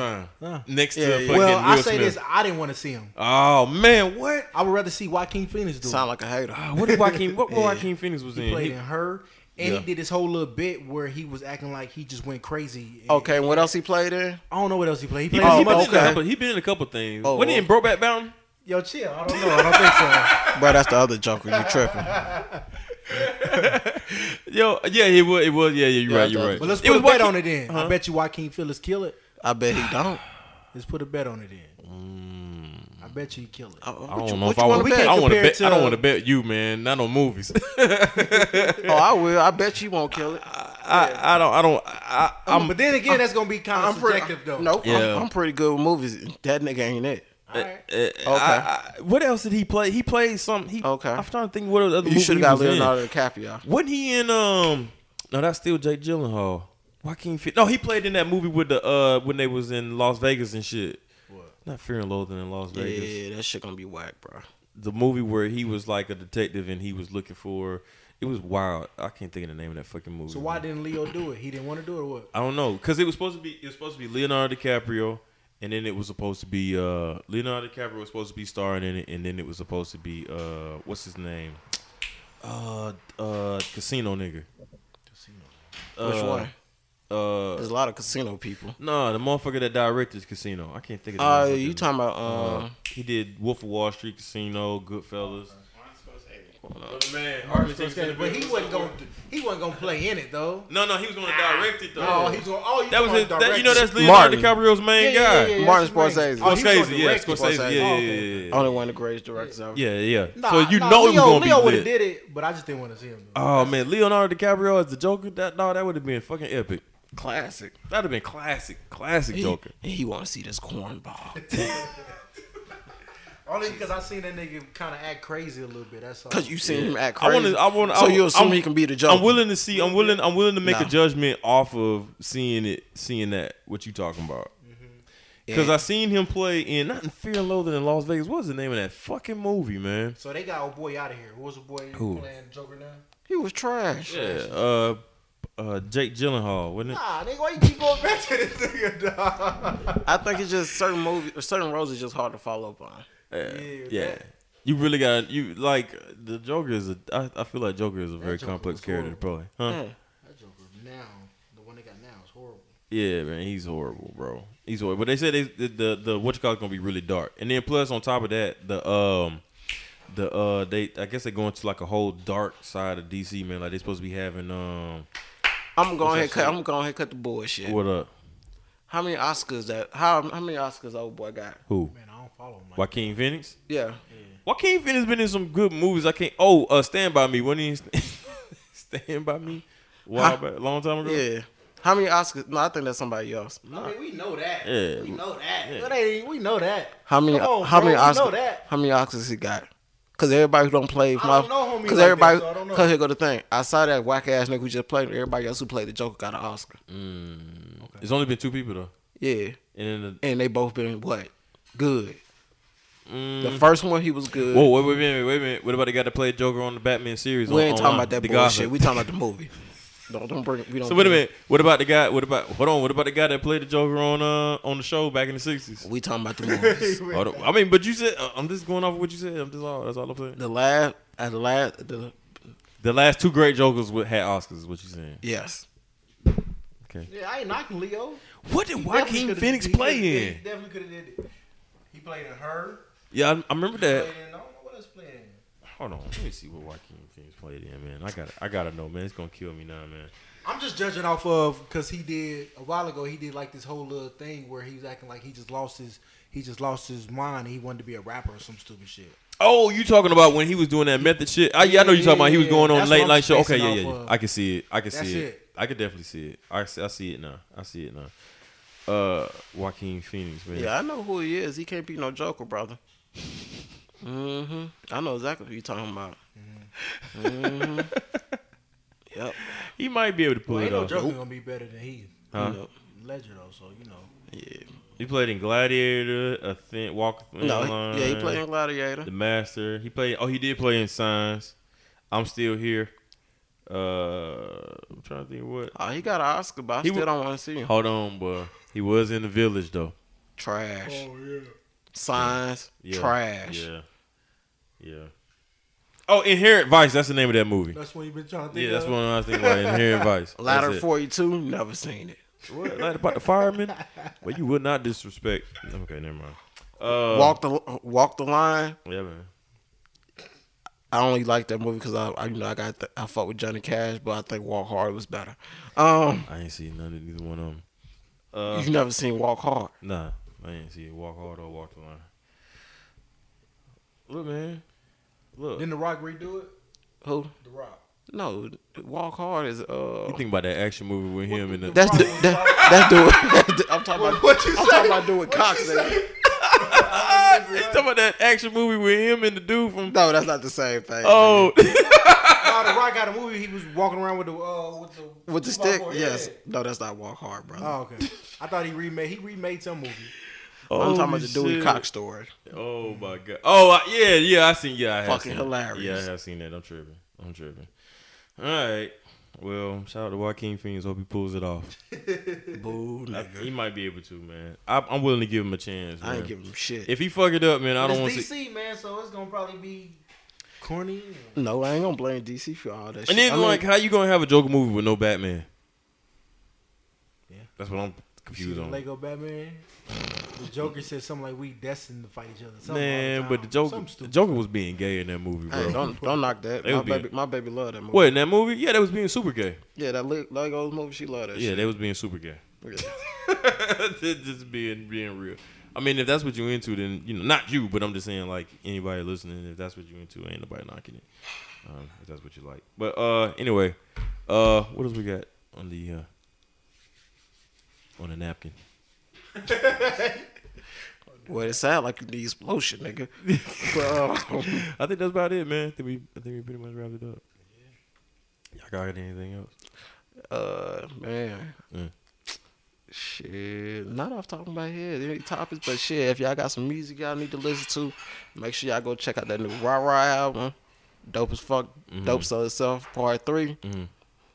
Speaker 1: time. Next
Speaker 3: Yeah,
Speaker 1: to
Speaker 3: yeah.
Speaker 1: fucking
Speaker 4: Well, I
Speaker 1: Will
Speaker 4: say
Speaker 1: Smith.
Speaker 4: this. I didn't want to see him.
Speaker 1: Oh man, what?
Speaker 4: I would rather see Joaquin Phoenix do it.
Speaker 3: Sound like a hater.
Speaker 1: Ah, What did Joaquin? (laughs) What Joaquin Phoenix was
Speaker 4: He
Speaker 1: in?
Speaker 4: played
Speaker 1: He-
Speaker 4: in her, and
Speaker 1: Yeah.
Speaker 4: he did this whole little bit where he was acting like he just went crazy. And
Speaker 3: Okay, what else he played in?
Speaker 4: I don't know what else he played. He
Speaker 1: He,
Speaker 4: played
Speaker 1: he
Speaker 4: so
Speaker 1: been
Speaker 4: much-
Speaker 1: in a
Speaker 3: okay.
Speaker 1: couple, he been in a couple things.
Speaker 3: Oh,
Speaker 1: Wasn't he in Brokeback Mountain?
Speaker 4: Yo, chill. I don't know. I don't
Speaker 1: (laughs)
Speaker 4: think so.
Speaker 3: Bro, that's the other Joker. You tripping?
Speaker 1: Yo, yeah, it was. It was. Yeah, yeah. You're
Speaker 3: Yeah,
Speaker 1: right.
Speaker 3: I
Speaker 1: You're
Speaker 3: thought-
Speaker 1: right.
Speaker 4: But let's
Speaker 1: it
Speaker 4: put a
Speaker 1: was Uh-huh.
Speaker 4: bet
Speaker 1: Joaquin-
Speaker 4: on it then. I bet you Joaquin Phillips kill it.
Speaker 3: I bet he don't.
Speaker 4: Let's put a bet on it then.
Speaker 1: Mm.
Speaker 4: I bet you he kill it.
Speaker 1: I don't
Speaker 3: Uh, you-
Speaker 1: know if
Speaker 3: you
Speaker 1: I
Speaker 3: wanna
Speaker 1: want to
Speaker 4: We
Speaker 1: bet.
Speaker 4: can't
Speaker 1: I want to
Speaker 4: compare
Speaker 1: bet. I
Speaker 4: to-
Speaker 1: don't want to bet you, man. Not on
Speaker 4: (laughs)
Speaker 1: movies.
Speaker 3: Oh, I will. I bet you won't kill it.
Speaker 4: Uh,
Speaker 1: I, I don't. I don't. I, I'm.
Speaker 4: but then again, that's gonna be kind
Speaker 3: I'm
Speaker 4: of
Speaker 3: pretty.
Speaker 4: subjective though.
Speaker 3: Nope.
Speaker 1: Yeah.
Speaker 3: I'm, I'm pretty good with movies. That nigga ain't it.
Speaker 4: All right.
Speaker 1: Okay. Uh, I, I, what else did he play? He played some. He,
Speaker 3: Okay.
Speaker 1: I'm trying to think what other
Speaker 3: You
Speaker 1: movie
Speaker 3: should
Speaker 1: he
Speaker 3: have got
Speaker 1: was in.
Speaker 3: Leonardo DiCaprio.
Speaker 1: Wasn't he in? Um. No, that's still Jake Gyllenhaal. Joaquin. Phoenix. No, he played in that movie with the uh when they was in Las Vegas and shit. What? Not Fear and Loathing in Las Vegas.
Speaker 3: Yeah, that shit gonna be whack, bro.
Speaker 1: The movie where he was like a detective and he was looking for It was wild. I can't think of the name of that fucking movie.
Speaker 4: So why
Speaker 1: man.
Speaker 4: didn't Leo do it? He didn't want to do it or what?
Speaker 1: I don't know because it was supposed to be it was supposed to be Leonardo DiCaprio, and then it was supposed to be uh Leonardo DiCaprio was supposed to be starring in it, and then it was supposed to be uh what's his name, uh uh Casino nigga. Casino.
Speaker 3: Which one?
Speaker 1: Uh,
Speaker 3: There's a lot of casino people.
Speaker 1: no, the motherfucker that directed Casino. I can't think of. the
Speaker 3: Uh,
Speaker 1: motherfucker's
Speaker 3: you
Speaker 1: name.
Speaker 3: talking about um?
Speaker 1: He did Wolf of Wall Street, Casino, Goodfellas.
Speaker 4: But he wasn't gonna. He wasn't gonna play in it though.
Speaker 1: No, no, he was going to direct it though.
Speaker 4: Oh, he's gonna. Oh, you
Speaker 1: that was
Speaker 4: gonna
Speaker 1: his, that, you
Speaker 4: direct
Speaker 1: know
Speaker 4: it.
Speaker 1: that's Leonardo
Speaker 3: Martin.
Speaker 1: DiCaprio's main
Speaker 4: Yeah,
Speaker 1: guy.
Speaker 4: yeah, yeah, yeah,
Speaker 3: Martin
Speaker 4: that's his name.
Speaker 3: Scorsese.
Speaker 4: Oh, he was gonna
Speaker 1: Scorsese, yeah,
Speaker 4: direct it.
Speaker 1: Scorsese, yeah,
Speaker 4: Oh,
Speaker 1: yeah,
Speaker 4: okay.
Speaker 1: yeah, yeah.
Speaker 3: Only one of the greatest directors ever.
Speaker 1: Yeah, yeah.
Speaker 4: Nah,
Speaker 1: so you
Speaker 4: nah,
Speaker 1: know it was
Speaker 4: Leo,
Speaker 1: gonna
Speaker 4: Leo
Speaker 1: be lit.
Speaker 4: would've did it, but I just didn't want to see him. do it.
Speaker 1: Oh man, Leonardo DiCaprio as the Joker. That no, that would have been fucking epic.
Speaker 3: Classic.
Speaker 1: That'd have been classic, classic Joker.
Speaker 3: He, he want to see this cornball.
Speaker 1: (laughs)
Speaker 3: (laughs)
Speaker 4: Only because I seen that nigga kind of act crazy a little bit. That's all.
Speaker 3: Cause you seen him act
Speaker 1: I want
Speaker 3: crazy.
Speaker 1: to. I want.
Speaker 3: So
Speaker 1: I,
Speaker 3: you assume
Speaker 1: I'm-
Speaker 3: he can be the Joker?
Speaker 1: I'm willing to see. I'm willing. I'm willing to make a
Speaker 3: Nah.
Speaker 1: judgment off of seeing it, seeing that. What you talking about? Because
Speaker 4: Mm-hmm.
Speaker 3: Yeah.
Speaker 1: I seen him play in not in Fear and Loathing in Las Vegas. What was the name of that fucking movie, man?
Speaker 4: So they got old boy out of here. What was the boy playing Joker now?
Speaker 3: He was trash.
Speaker 1: Yeah. Uh, uh, Jake Gyllenhaal, wasn't it?
Speaker 4: Nah, nigga, why you keep going back to this nigga, dog?
Speaker 3: I think it's just certain movies, or certain roles is just hard to follow up on.
Speaker 1: Yeah.
Speaker 4: yeah,
Speaker 1: yeah.
Speaker 4: that-
Speaker 1: You really got you like the Joker is a. I, I feel like Joker is a very
Speaker 4: Joker
Speaker 1: complex
Speaker 4: was
Speaker 1: character, probably. Huh?
Speaker 3: Yeah.
Speaker 4: That Joker now, the one they got now is horrible.
Speaker 1: Yeah, man, he's horrible, bro. He's horrible. But they said they, the, the the what you call it's gonna be really dark, and then plus on top of that, the um, the uh, they I guess they're going to like a whole dark side of DC, man. Like they're supposed to be having um,
Speaker 3: I'm going ahead.
Speaker 1: that
Speaker 3: Cut,
Speaker 1: shit?
Speaker 3: I'm going ahead. Cut the bullshit.
Speaker 1: what up?
Speaker 3: How many Oscars that? How how many Oscars old boy got?
Speaker 1: Who?
Speaker 4: Man, I don't follow him. Like,
Speaker 1: Joaquin Phoenix.
Speaker 3: Yeah.
Speaker 1: Joaquin Phoenix been in some good movies. I can't. Oh, uh, Stand by Me. When he in Stand- Stand by Me, wow,
Speaker 3: Huh?
Speaker 1: back, long time ago.
Speaker 3: Yeah. How many Oscars? No, I think that's somebody else.
Speaker 4: I mean, we know that.
Speaker 1: Yeah.
Speaker 4: we know that.
Speaker 1: Yeah.
Speaker 4: That ain't- we know that.
Speaker 3: How many?
Speaker 4: Come on,
Speaker 3: how
Speaker 4: bro,
Speaker 3: many
Speaker 4: we know
Speaker 3: Oscars?
Speaker 4: that.
Speaker 3: How many Oscars he got? Cause everybody who don't play,
Speaker 4: don't know homie like
Speaker 3: cause
Speaker 4: that,
Speaker 3: everybody,
Speaker 4: so I don't know.
Speaker 3: cause here go the thing. I saw that whack ass nigga who just played. Everybody else who played the Joker got an Oscar.
Speaker 1: It's only been two people though,
Speaker 3: Yeah,
Speaker 1: and then
Speaker 3: and they both been what? Good.
Speaker 1: the. Mm,
Speaker 3: The first one he was good.
Speaker 1: Whoa, wait, wait a minute, wait a minute. What about the guy that played Joker on the Batman series?
Speaker 3: we
Speaker 1: on-
Speaker 3: ain't talking
Speaker 1: online?
Speaker 3: about that
Speaker 1: The
Speaker 3: bullshit.
Speaker 1: Godfather.
Speaker 3: We talking about the movie. Don't don't bring. We don't.
Speaker 1: So wait a
Speaker 3: do that.
Speaker 1: minute. What about the guy? What about hold on? What about the guy that played the Joker on uh on the show back in the sixties?
Speaker 3: We talking about the movies.
Speaker 1: Hold on. I mean, but you said uh, I'm just going off of what you said. I'm just all that's all I'm saying.
Speaker 3: the last, at the last, the
Speaker 1: The last two great Jokers would had Oscars. Is what you saying?
Speaker 3: yes.
Speaker 4: Yeah, I ain't knocking Leo.
Speaker 1: What did
Speaker 4: Definitely
Speaker 1: Joaquin
Speaker 4: coulda-
Speaker 1: Phoenix
Speaker 4: he coulda-
Speaker 1: play in?
Speaker 4: He definitely could have did it. He played in her.
Speaker 1: Yeah, I, I remember that.
Speaker 4: Played in, I don't know what else played in.
Speaker 1: Hold on. Let me see what Joaquin Phoenix played in, man. I got to I gotta know, man. It's gonna kill me now, man.
Speaker 4: I'm just judging off of because he did a while ago. He did like this whole little thing where he was acting like he just lost his he just lost his mind. And he wanted to be a rapper or some stupid shit.
Speaker 1: Oh, you talking about when he was doing that method shit? I, yeah, I know you talking about. He was
Speaker 4: Yeah,
Speaker 1: going on
Speaker 4: that's what
Speaker 1: late
Speaker 4: I'm
Speaker 1: night show. Okay,
Speaker 4: spacing
Speaker 1: yeah, yeah,
Speaker 4: off
Speaker 1: yeah.
Speaker 4: of.
Speaker 1: I can see it. I can
Speaker 4: That's
Speaker 1: see it.
Speaker 4: it.
Speaker 1: I can definitely see it. I see, I see it now. I see it now. Uh, Joaquin Phoenix, man.
Speaker 3: Yeah, I know who he is. He can't be no Joker, brother. hmm I know exactly who you talking about. hmm Yep.
Speaker 1: he might be able to pull
Speaker 4: Well,
Speaker 1: it
Speaker 4: ain't no
Speaker 1: off.
Speaker 4: Joker gonna be better than he
Speaker 1: Huh?
Speaker 3: Yep.
Speaker 4: Ledger though. So you know,
Speaker 3: Yeah.
Speaker 1: He played in Gladiator, a thin walk.
Speaker 3: No, he- yeah, he played in Gladiator.
Speaker 1: The Master. He played. Oh, he did play in Signs. I'm still here. Uh, I'm trying to think of what.
Speaker 3: Oh, he got an Oscar, but I
Speaker 1: He
Speaker 3: still
Speaker 1: wa-
Speaker 3: don't want to see him.
Speaker 1: Hold on, but he was in the Village though.
Speaker 3: Trash.
Speaker 4: Oh.
Speaker 3: Signs.
Speaker 1: Yeah,
Speaker 3: Trash.
Speaker 1: Yeah. Yeah. Oh, Inherent Vice. That's the name of that movie.
Speaker 4: that's what you've been trying to think.
Speaker 1: yeah, that's
Speaker 4: of.
Speaker 1: one I was thinking about. Inherent Vice. That's
Speaker 3: (laughs) Ladder
Speaker 1: it.
Speaker 3: 42, never seen it.
Speaker 1: What? Ladder about the
Speaker 3: (laughs)
Speaker 1: fireman? Well, you would not disrespect. Okay, never mind. Uh,
Speaker 3: walk the Walk the Line.
Speaker 1: Yeah, man.
Speaker 3: I only like that movie because I, I, you know, I got, the, I fuck with Johnny Cash, but I think Walk Hard was better. Um,
Speaker 1: I ain't seen none of neither one of them. Uh.
Speaker 3: you never seen Walk Hard?
Speaker 1: Nah, I ain't see it. Walk hard or walk the line. Look, man. Look.
Speaker 4: Didn't The Rock redo it?
Speaker 3: Who?
Speaker 4: The Rock.
Speaker 3: No, Walk Hard is uh.
Speaker 1: You think about that action movie with him and the.
Speaker 3: That's the, that, (laughs) that's doing. I'm talking about.
Speaker 4: What you
Speaker 3: I'm talking about doing Cox. nigga.
Speaker 1: Ah, you talking about that action movie with him and the dude from.
Speaker 3: No, that's not the same thing.
Speaker 1: Oh, (laughs)
Speaker 4: Nah, The Rock got a movie. He was walking around with the uh, with the
Speaker 3: with the stick.
Speaker 4: Yeah.
Speaker 3: Yes. No, that's not Walk Hard, brother.
Speaker 4: Oh, okay. I thought he remade. He remade some movie.
Speaker 3: I'm talking about the
Speaker 1: Holy
Speaker 3: Dewey
Speaker 1: shit.
Speaker 3: Cox story.
Speaker 1: Oh my god! Oh I, yeah, yeah, I seen. Yeah, I have
Speaker 3: Fucking
Speaker 1: seen it.
Speaker 3: hilarious.
Speaker 1: Yeah, I have seen that. I'm tripping. I'm tripping. All right. Well, shout out to Joaquin Phoenix. Hope he pulls it off.
Speaker 3: Boo,
Speaker 1: I-
Speaker 3: nigga.
Speaker 1: he might be able to, man. I, I'm willing to give him a chance. Man.
Speaker 3: I ain't giving him shit.
Speaker 1: If he fuck it up, man, I don't want
Speaker 4: It's
Speaker 1: to.
Speaker 4: DC,
Speaker 1: see.
Speaker 4: man, so it's gonna probably be corny. and-
Speaker 3: no, I ain't gonna blame DC for all that shit.
Speaker 1: And then,
Speaker 3: I mean,
Speaker 1: like, how you gonna have a Joker movie with no Batman?
Speaker 4: Yeah.
Speaker 1: that's what I'm
Speaker 4: You
Speaker 1: confused
Speaker 4: see the
Speaker 1: on.
Speaker 4: Lego Batman. The Joker said something like we destined to fight each other. Something all
Speaker 1: Man,
Speaker 4: the
Speaker 1: but the
Speaker 4: time.
Speaker 1: Joker,
Speaker 4: Something
Speaker 1: the
Speaker 4: stupid.
Speaker 1: Joker was being gay in that movie, bro.
Speaker 3: Hey, don't don't knock that.
Speaker 1: They
Speaker 3: My
Speaker 1: was being-
Speaker 3: baby, my baby love that movie.
Speaker 1: What in that movie? Yeah, they was being super gay.
Speaker 3: Yeah, that Le- Lego movie, she love that
Speaker 1: Yeah,
Speaker 3: shit.
Speaker 1: they was being super gay. (laughs)
Speaker 3: Yeah.
Speaker 1: just being being real. I mean, if that's what you into, then you know, not you, but I'm just saying, like anybody listening, if that's what you into, ain't nobody knocking it. Um, if that's what you like. But uh, anyway, uh, what else we got on the uh, on the napkin?
Speaker 3: Well, it sound like the
Speaker 1: (laughs)
Speaker 3: explosion, nigga. but, um,
Speaker 1: I think that's about it, man. I think we I think we pretty much wrapped it up. Y'all got anything else?
Speaker 3: Uh man.
Speaker 1: Mm.
Speaker 3: Shit. Not off talking about head. Any topics, but shit, if y'all got some music y'all need to listen to, make sure y'all go check out that new Rah Rah album. Dope as fuck.
Speaker 1: Mm-hmm.
Speaker 3: Dope so itself, part 3
Speaker 1: Mhm.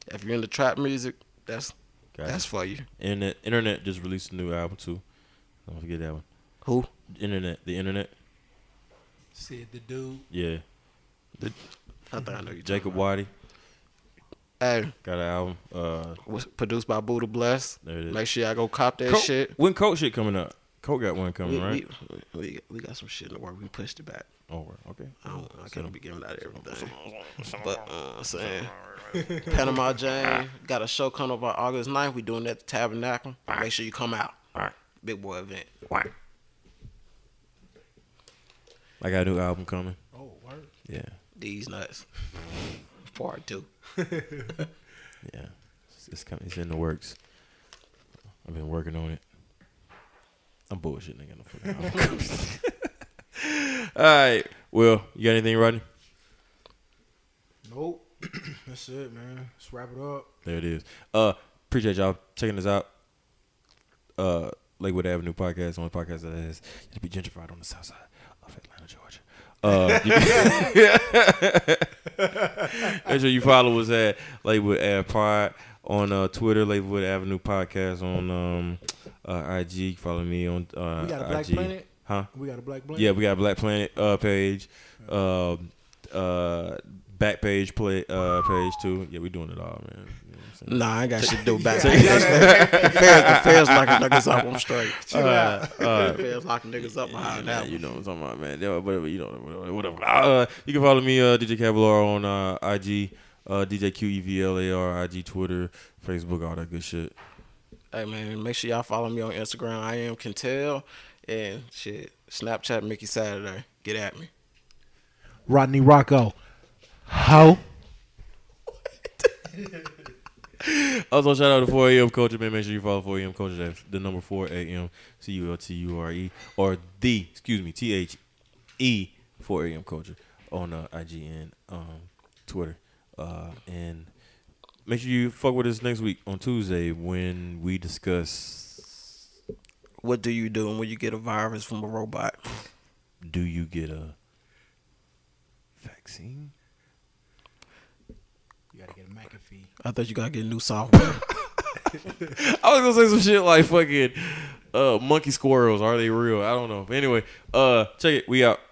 Speaker 3: If you're into trap music, that's that's for you.
Speaker 1: Internet Internet just released a new album too. Don't forget that one.
Speaker 3: Who?
Speaker 1: Internet, the Internet.
Speaker 4: said the dude.
Speaker 1: Yeah,
Speaker 3: I think I know you.
Speaker 1: Jacob Waddy
Speaker 3: Hey,
Speaker 1: got an album. Uh,
Speaker 3: was produced by Buddha Bless.
Speaker 1: there it is.
Speaker 3: Make sure y'all go cop that
Speaker 1: Coke-
Speaker 3: shit.
Speaker 1: When Coke shit coming up? Coke got one coming,
Speaker 3: We,
Speaker 1: right?
Speaker 3: we, we, we got some shit in the work. We pushed it back.
Speaker 1: Oh, right, okay.
Speaker 3: I don't. I can't be giving out everything. But uh, I'm saying, (laughs) Panama Jane got a show coming up on August 9th. We doing that at the Tabernacle. Make sure you come out. Big boy event.
Speaker 1: I got a new album coming.
Speaker 4: Oh, word.
Speaker 1: Yeah,
Speaker 3: These nuts. Part two.
Speaker 1: yeah. It's, it's coming. It's in the works. I've been working on it. I'm bullshitting. I got no fucking (laughs) album coming. All right. Well, you got anything, Rodney?
Speaker 4: Nope. (clears throat) That's it, man. Let's wrap it up.
Speaker 1: There it is. Uh, appreciate y'all checking us out. Uh, Lakewood Avenue podcast, only podcast that has to be gentrified on the south side of Atlanta, Georgia. Uh, you can- (laughs) make sure you follow us at Lakewood Ave Pod on uh, Twitter, Lakewood Avenue Podcast on um, uh, IG. Follow me on uh,
Speaker 4: We got a Black
Speaker 1: IG.
Speaker 4: Planet.
Speaker 1: Huh?
Speaker 4: We got a black blanket.
Speaker 1: Yeah, we got Black Planet uh, page, uh, uh, back page play uh, page too. Yeah, we doing it all, man. You know what I'm saying?
Speaker 3: Nah, I ain't got shit (laughs) to do back. the feds, (laughs) the feds locking niggas up. I'm (laughs) straight.
Speaker 1: Uh, uh,
Speaker 3: (laughs) The feds locking niggas up behind
Speaker 1: yeah,
Speaker 3: that.
Speaker 1: you know what I'm talking about, man. Yeah, Whatever, you know, whatever. whatever. Uh, you can follow me, uh, DJ Cavalar, on uh, IG, uh, DJ QEVLAR, IG, Twitter, Facebook, all that good shit.
Speaker 3: Hey man, make sure y'all follow me on Instagram. I am Cantel and shit. Snapchat Mickey Saturday. Get at me.
Speaker 4: Rodney Rocco. How?
Speaker 1: Also, shout out to 4 a.m. Culture, man. Make sure you follow 4 a.m. Culture. That's the number 4 a.m. C U L T U R E or the, excuse me, T H E 4 a.m. Culture on uh, IG and um, Twitter. Uh, and make sure you fuck with us next week on Tuesday when we discuss
Speaker 3: What do you do when you get a virus from a robot?
Speaker 1: do you get a vaccine? (laughs)
Speaker 4: You gotta get a McAfee.
Speaker 3: I thought you gotta get new software.
Speaker 1: I was gonna say some shit like fucking uh, monkey squirrels. Are they real? I don't know. But anyway, uh, check it. We out.